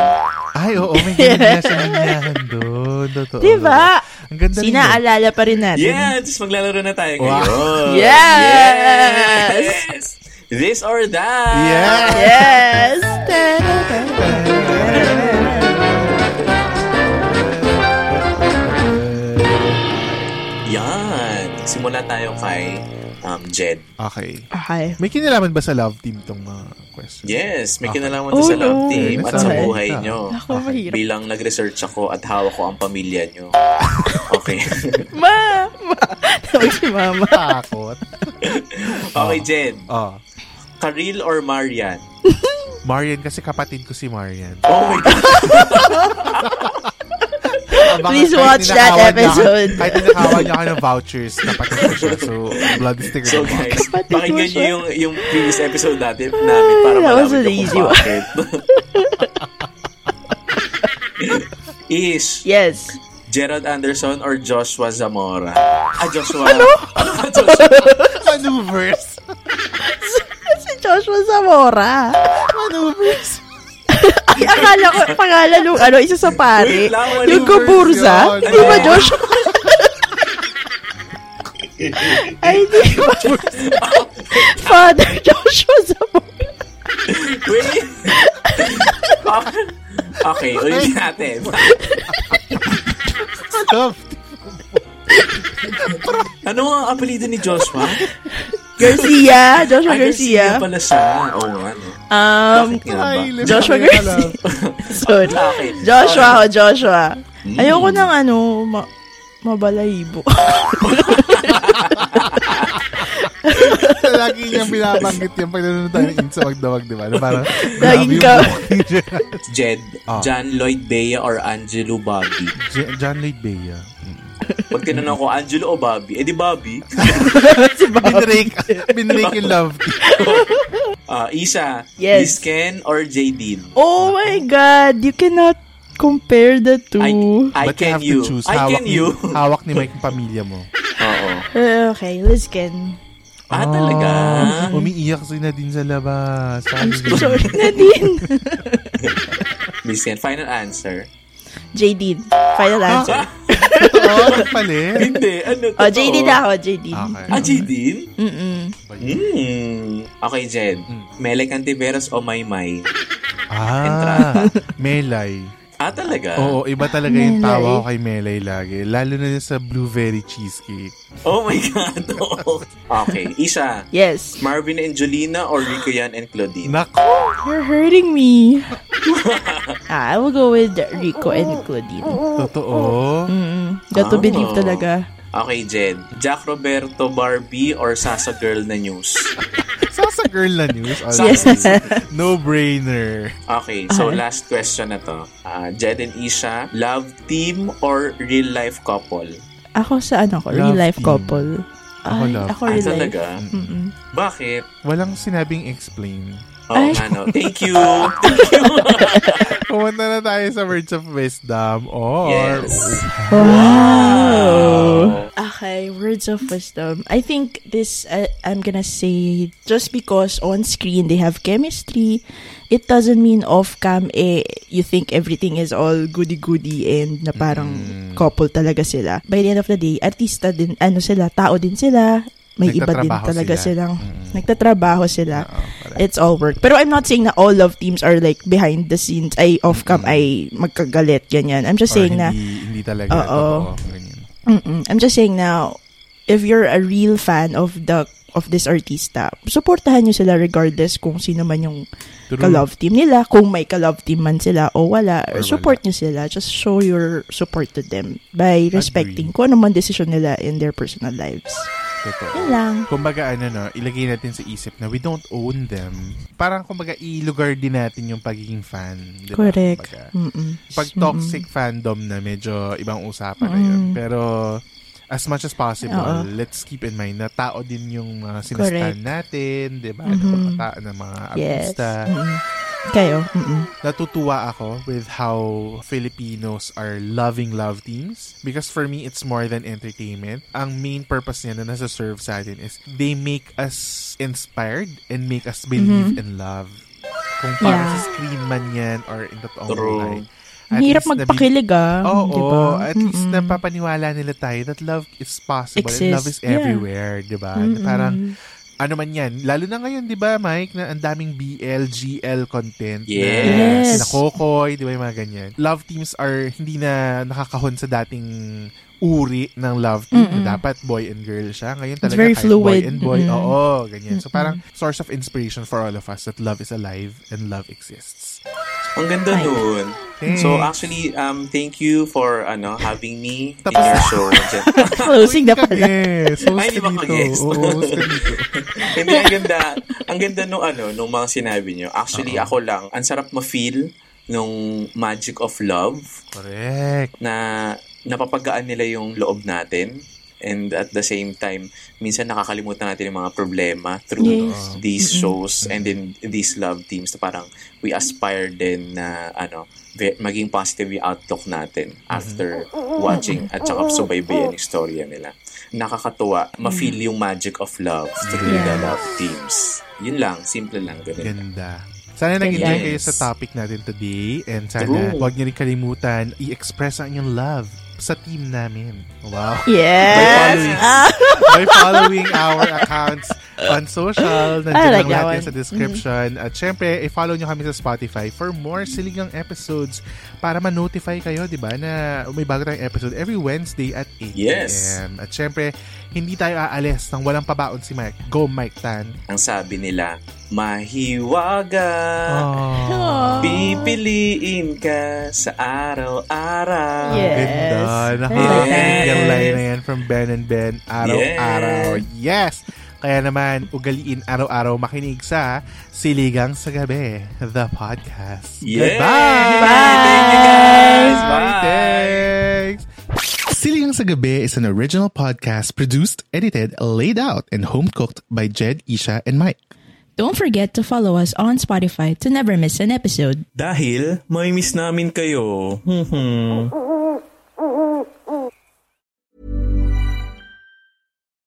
[SPEAKER 3] Ay, oo, may ganun nga siya nangyari
[SPEAKER 4] *laughs*
[SPEAKER 3] doon. Totoo.
[SPEAKER 4] Di ba?
[SPEAKER 3] Ang ganda rin yun.
[SPEAKER 4] Sinaalala pa rin natin.
[SPEAKER 2] Yeah, tapos maglalaro na tayo
[SPEAKER 3] Wow.
[SPEAKER 2] ngayon.
[SPEAKER 4] Yes!
[SPEAKER 2] Yes! This or that!
[SPEAKER 3] Yeah!
[SPEAKER 2] *laughs*
[SPEAKER 4] Yes! Ta-da-da.
[SPEAKER 2] Yan! Simula tayo kay um, Jed.
[SPEAKER 3] Okay.
[SPEAKER 4] Okay.
[SPEAKER 3] May kinalaman ba sa love team tong mga questions?
[SPEAKER 2] Yes, may
[SPEAKER 3] Okay.
[SPEAKER 2] kinalaman
[SPEAKER 4] Oh,
[SPEAKER 2] to sa love
[SPEAKER 4] no.
[SPEAKER 2] team at sa
[SPEAKER 4] Okay.
[SPEAKER 2] buhay nyo.
[SPEAKER 4] Ako, mahirap.
[SPEAKER 2] Bilang nag-research ako at hawak ko ang pamilya
[SPEAKER 4] *laughs*
[SPEAKER 2] nyo. Okay. *laughs*
[SPEAKER 4] Ma! Ma! Tawag si mama.
[SPEAKER 3] *laughs* Takot.
[SPEAKER 2] Okay, Jen.
[SPEAKER 3] Oh.
[SPEAKER 2] Karil or Marian?
[SPEAKER 3] Marian, kasi kapatid ko si Marian.
[SPEAKER 2] Oh my God.
[SPEAKER 3] Abangan-
[SPEAKER 4] Please
[SPEAKER 3] kahit
[SPEAKER 4] watch that
[SPEAKER 3] ninakawan niya ako-
[SPEAKER 4] episode.
[SPEAKER 3] Kahit ninakawan niya ako ng vouchers, kapatid ko siya. So, blood sticker
[SPEAKER 2] So
[SPEAKER 3] ako.
[SPEAKER 2] guys,
[SPEAKER 4] Kapatid mo
[SPEAKER 2] pakinggan nyo
[SPEAKER 4] siya.
[SPEAKER 2] yung, yung previous episode natin namin para
[SPEAKER 4] That was
[SPEAKER 2] malaman
[SPEAKER 4] an
[SPEAKER 2] nyo
[SPEAKER 4] easy
[SPEAKER 2] kung
[SPEAKER 4] one.
[SPEAKER 2] bakit. *laughs* Is
[SPEAKER 4] Yes.
[SPEAKER 2] Gerald Anderson or Joshua Zamora? Ah, Joshua. Ano? Ano ba, Joshua?
[SPEAKER 3] Maneuvers.
[SPEAKER 4] si Joshua Zamora.
[SPEAKER 3] Maneuvers.
[SPEAKER 4] Ay, akala ko, pangalan nung ano, isa sa pare.
[SPEAKER 2] Wait lang, walang
[SPEAKER 4] Yung Kuburza.
[SPEAKER 3] version.
[SPEAKER 4] Hindi ba
[SPEAKER 2] Ano?
[SPEAKER 4] Joshua? Ay, di ba? Father Joshua Zamora.
[SPEAKER 2] Wait. *laughs* okay, ulit natin.
[SPEAKER 3] Stuffed.
[SPEAKER 2] Ano ang apelido ni Joshua?
[SPEAKER 4] Garcia. Joshua
[SPEAKER 2] Ah,
[SPEAKER 4] Garcia.
[SPEAKER 2] pala siya. Oo, oh, ano.
[SPEAKER 4] Um,
[SPEAKER 2] Bakit nga ba?
[SPEAKER 3] Ay, libre
[SPEAKER 4] Joshua
[SPEAKER 3] ko yun
[SPEAKER 4] Garcia.
[SPEAKER 3] Diba? alam.
[SPEAKER 4] Sorry.
[SPEAKER 2] Bakit?
[SPEAKER 4] Joshua, oh, Joshua. Ayoko ng ano, ma- mabalahibo.
[SPEAKER 3] Lagi niyang binabanggit yung pag nanonood tayo ng Insa Magdawag, di ba? Na Parang,
[SPEAKER 4] Laging
[SPEAKER 3] grabe yung
[SPEAKER 4] ka.
[SPEAKER 3] buhok ni Gerald.
[SPEAKER 2] Jed,
[SPEAKER 3] Ah.
[SPEAKER 2] John Lloyd Bea or Angelo Bobby?
[SPEAKER 3] J- John Lloyd
[SPEAKER 4] *laughs*
[SPEAKER 3] Bea.
[SPEAKER 2] Pag tinanong ko, Angelo o Bobby? Eh di Bobby.
[SPEAKER 3] Binrake. Binrake yung love.
[SPEAKER 2] Ah, Isa, Liz
[SPEAKER 4] Yes.
[SPEAKER 2] Ken or Jadeen?
[SPEAKER 4] oh my God. You cannot compare the two.
[SPEAKER 2] I, I
[SPEAKER 3] But you
[SPEAKER 2] can
[SPEAKER 3] have
[SPEAKER 2] you.
[SPEAKER 3] to choose.
[SPEAKER 2] I
[SPEAKER 3] hawak
[SPEAKER 2] can
[SPEAKER 3] ni-
[SPEAKER 2] you.
[SPEAKER 3] Hawak ni Mike yung pamilya mo.
[SPEAKER 2] *laughs* Oo.
[SPEAKER 4] Uh, okay, let's get
[SPEAKER 2] Ah,
[SPEAKER 3] Oh.
[SPEAKER 2] talaga?
[SPEAKER 3] Umiiyak si Nadine sa labas.
[SPEAKER 4] I'm
[SPEAKER 3] Sabi niya,
[SPEAKER 4] so sorry, *laughs* Nadine.
[SPEAKER 2] Liz Ken, final answer.
[SPEAKER 4] Jadine. Final answer.
[SPEAKER 3] Oo, nagpalit.
[SPEAKER 2] Hindi, ano
[SPEAKER 4] Oh,
[SPEAKER 2] totoo?
[SPEAKER 4] Jadine ako, Jadine.
[SPEAKER 2] Ah, Jadeen? Mm. Okay, Jed.
[SPEAKER 3] Hmm.
[SPEAKER 2] Melek Antiveros o Maymay?
[SPEAKER 3] Ah, Melay.
[SPEAKER 2] Ah, talaga?
[SPEAKER 3] Oo, iba talaga yung
[SPEAKER 4] Melay.
[SPEAKER 3] tawa ko kay Melay lagi. Lalo na sa blueberry cheesecake.
[SPEAKER 2] Oh my God. *laughs* oo. okay, Isa,
[SPEAKER 4] Yes.
[SPEAKER 2] Marvin and Jolina or Rico Yan and Claudine?
[SPEAKER 3] Nako!
[SPEAKER 4] You're hurting me. *laughs* ah, I will go with Rico and Claudine.
[SPEAKER 3] Totoo.
[SPEAKER 4] Got
[SPEAKER 2] Ah.
[SPEAKER 4] to believe talaga.
[SPEAKER 2] Okay, Jed. Jack Roberto Barbie or Sasa Girl na News?
[SPEAKER 3] Sasa girl na news.
[SPEAKER 2] Yes.
[SPEAKER 3] No-brainer.
[SPEAKER 2] Okay, so last question na to. Ah, Jed and Isha, love team or real life couple?
[SPEAKER 4] Ako sa ano ko,
[SPEAKER 3] Love
[SPEAKER 4] real life
[SPEAKER 3] team.
[SPEAKER 4] couple.
[SPEAKER 3] Ako
[SPEAKER 4] Ay,
[SPEAKER 3] love
[SPEAKER 4] ako
[SPEAKER 2] Ah,
[SPEAKER 4] real life.
[SPEAKER 2] talaga? Bakit?
[SPEAKER 3] *laughs* Walang sinabing explain.
[SPEAKER 2] Oo
[SPEAKER 4] Ay.
[SPEAKER 2] nga, no. Thank
[SPEAKER 3] *laughs*
[SPEAKER 2] you. Thank you.
[SPEAKER 3] Pumunta na tayo sa words of wisdom or
[SPEAKER 2] yes.
[SPEAKER 4] Okay, words of wisdom. I think this uh, I'm gonna say just because on screen they have chemistry, it doesn't mean off cam eh you think everything is all goody goody and na parang
[SPEAKER 3] Mm.
[SPEAKER 4] couple talaga sila. By the end of the day, artista din ano sila, tao din sila. May iba din
[SPEAKER 3] Nagtatrabaho
[SPEAKER 4] talaga
[SPEAKER 3] sila. Mm.
[SPEAKER 4] silang nagtatrabaho sila.
[SPEAKER 3] Oo, correct.
[SPEAKER 4] It's all work. Pero I'm not saying na all love teams are like behind the scenes ay off cam ay magkagalit ganyan. I'm just
[SPEAKER 3] or
[SPEAKER 4] saying na
[SPEAKER 3] hindi, hindi talaga.
[SPEAKER 4] Oo.
[SPEAKER 3] Totoo. Ganyan.
[SPEAKER 4] Mm-mm. I'm just saying now, if you're a real fan of the of this artista, supportahan nyo sila regardless kung sino man yung
[SPEAKER 3] True.
[SPEAKER 4] ka-love team nila, kung may ka-love team man sila o wala,
[SPEAKER 3] Or
[SPEAKER 4] support nyo sila. Just show your support to them by respecting kung ano man decision nila in their personal lives.
[SPEAKER 3] Totoo.
[SPEAKER 4] Yun lang.
[SPEAKER 3] Kumbaga ano no, ilagay natin sa isip na we don't own them. Parang kumbaga ilugar din natin yung pagiging fan. di ba? Kumbaga,
[SPEAKER 4] Correct. Mm-mm.
[SPEAKER 3] pag toxic fandom na medyo ibang usapan na yun. Pero as much as possible,
[SPEAKER 4] Oo.
[SPEAKER 3] let's keep in mind na tao din yung mga sinastan
[SPEAKER 4] Correct.
[SPEAKER 3] natin, di ba?
[SPEAKER 4] Mhm.
[SPEAKER 3] Tao ng mga
[SPEAKER 4] Yes. Mm-hmm.
[SPEAKER 3] artista.
[SPEAKER 4] Mm-mm. Kayo. Mm-mm.
[SPEAKER 3] Natutuwa ako with how Filipinos are loving love teams because for me, it's more than entertainment. Ang main purpose niya na nasa-serve sa atin is they make us inspired and make us believe in love. Kung para
[SPEAKER 4] Mm-hmm. Yeah.
[SPEAKER 3] sa screen man yan or in the totoong
[SPEAKER 2] True.
[SPEAKER 3] buhay. At
[SPEAKER 4] Ang Hirap
[SPEAKER 3] least nabi-
[SPEAKER 4] magpakilig ah.
[SPEAKER 3] Oo,
[SPEAKER 4] di ba?
[SPEAKER 3] at least
[SPEAKER 4] Mm-mm.
[SPEAKER 3] napapaniwala nila tayo that love is possible and
[SPEAKER 4] Exists.
[SPEAKER 3] love is
[SPEAKER 4] Yeah.
[SPEAKER 3] everywhere, di ba? Na
[SPEAKER 4] Mm-mm.
[SPEAKER 3] Parang ano man yan. Lalo na ngayon, di ba, Mike, na ang daming BL, GL content.
[SPEAKER 2] Yes.
[SPEAKER 3] Na, nakokoy, di ba, yung mga ganyan. Love teams are hindi na nakakahon sa dating uri ng love team. na Dapat boy and girl siya. Ngayon
[SPEAKER 4] It's
[SPEAKER 3] talaga
[SPEAKER 4] very
[SPEAKER 3] kahit boy
[SPEAKER 4] fluid.
[SPEAKER 3] and boy.
[SPEAKER 4] Mm-mm.
[SPEAKER 3] Oo, ganyan. So parang source of inspiration for all of us that love is alive and love exists.
[SPEAKER 2] Ang ganda nun.
[SPEAKER 3] Thanks.
[SPEAKER 2] So actually, um, thank you for ano having me in
[SPEAKER 3] Tapos
[SPEAKER 2] your show. Jed.
[SPEAKER 4] *laughs*
[SPEAKER 3] *laughs*
[SPEAKER 4] Closing na pala.
[SPEAKER 3] Yes, host
[SPEAKER 2] Ay,
[SPEAKER 3] ka
[SPEAKER 2] di ba
[SPEAKER 3] dito.
[SPEAKER 2] mag-guest?
[SPEAKER 3] Oo,
[SPEAKER 2] *laughs*
[SPEAKER 3] host ka dito.
[SPEAKER 2] Hindi, ang ganda. Ang ganda nung ano, nung mga sinabi nyo. Actually, ako lang, ang sarap ma-feel nung magic of love
[SPEAKER 3] Correct.
[SPEAKER 2] na napapagaan nila yung loob natin. And at the same time, minsan nakakalimutan natin yung mga problema through
[SPEAKER 4] Yes.
[SPEAKER 2] these shows and then these love teams na parang we aspire din na ano, ve- maging positive yung outlook natin after watching at saka subaybayan yung storya nila. Nakakatuwa, ma-feel yung magic of love through the love teams. Yun lang, simple lang. Ganun.
[SPEAKER 3] Ganda. Sana nag-enjoy
[SPEAKER 2] Yes.
[SPEAKER 3] kayo sa topic natin today. And sana
[SPEAKER 2] True.
[SPEAKER 3] huwag niyo rin kalimutan i-express ang inyong love sa team namin. Wow. *laughs*
[SPEAKER 4] Yes!
[SPEAKER 3] By following our accounts on social. Nandiyan
[SPEAKER 4] like
[SPEAKER 3] ang lahat
[SPEAKER 4] that
[SPEAKER 3] yan
[SPEAKER 4] one. Mm-hmm.
[SPEAKER 3] sa description. At syempre, i-follow nyo kami sa Spotify for more siligang episodes para ma-notify kayo, di ba, na may bago tayong episode every Wednesday at 8
[SPEAKER 2] Yes.
[SPEAKER 3] p.m. At syempre, hindi tayo aalis ng walang pabaon si Mike. Go, Mike Tan.
[SPEAKER 2] Ang sabi nila, mahiwaga.
[SPEAKER 3] Oh. Aww.
[SPEAKER 2] Pipiliin ka sa araw-araw.
[SPEAKER 4] Yes.
[SPEAKER 3] Ganda.
[SPEAKER 4] I like
[SPEAKER 3] Nakakakilig
[SPEAKER 2] that.
[SPEAKER 3] ang line na yan from Ben and Ben. Araw-araw. Yes. Kaya naman, ugaliin araw-araw makinig sa Siligang sa Gabi, the podcast.
[SPEAKER 2] Yes.
[SPEAKER 3] Goodbye!
[SPEAKER 2] Bye. Thank you, guys. Bye.
[SPEAKER 3] Thanks! Siligang sa Gabi is an original podcast produced, edited, laid out, and home-cooked by Jed, Isha, and Mike.
[SPEAKER 4] Don't forget to follow us on Spotify to never miss an episode.
[SPEAKER 5] Dahil may miss namin kayo.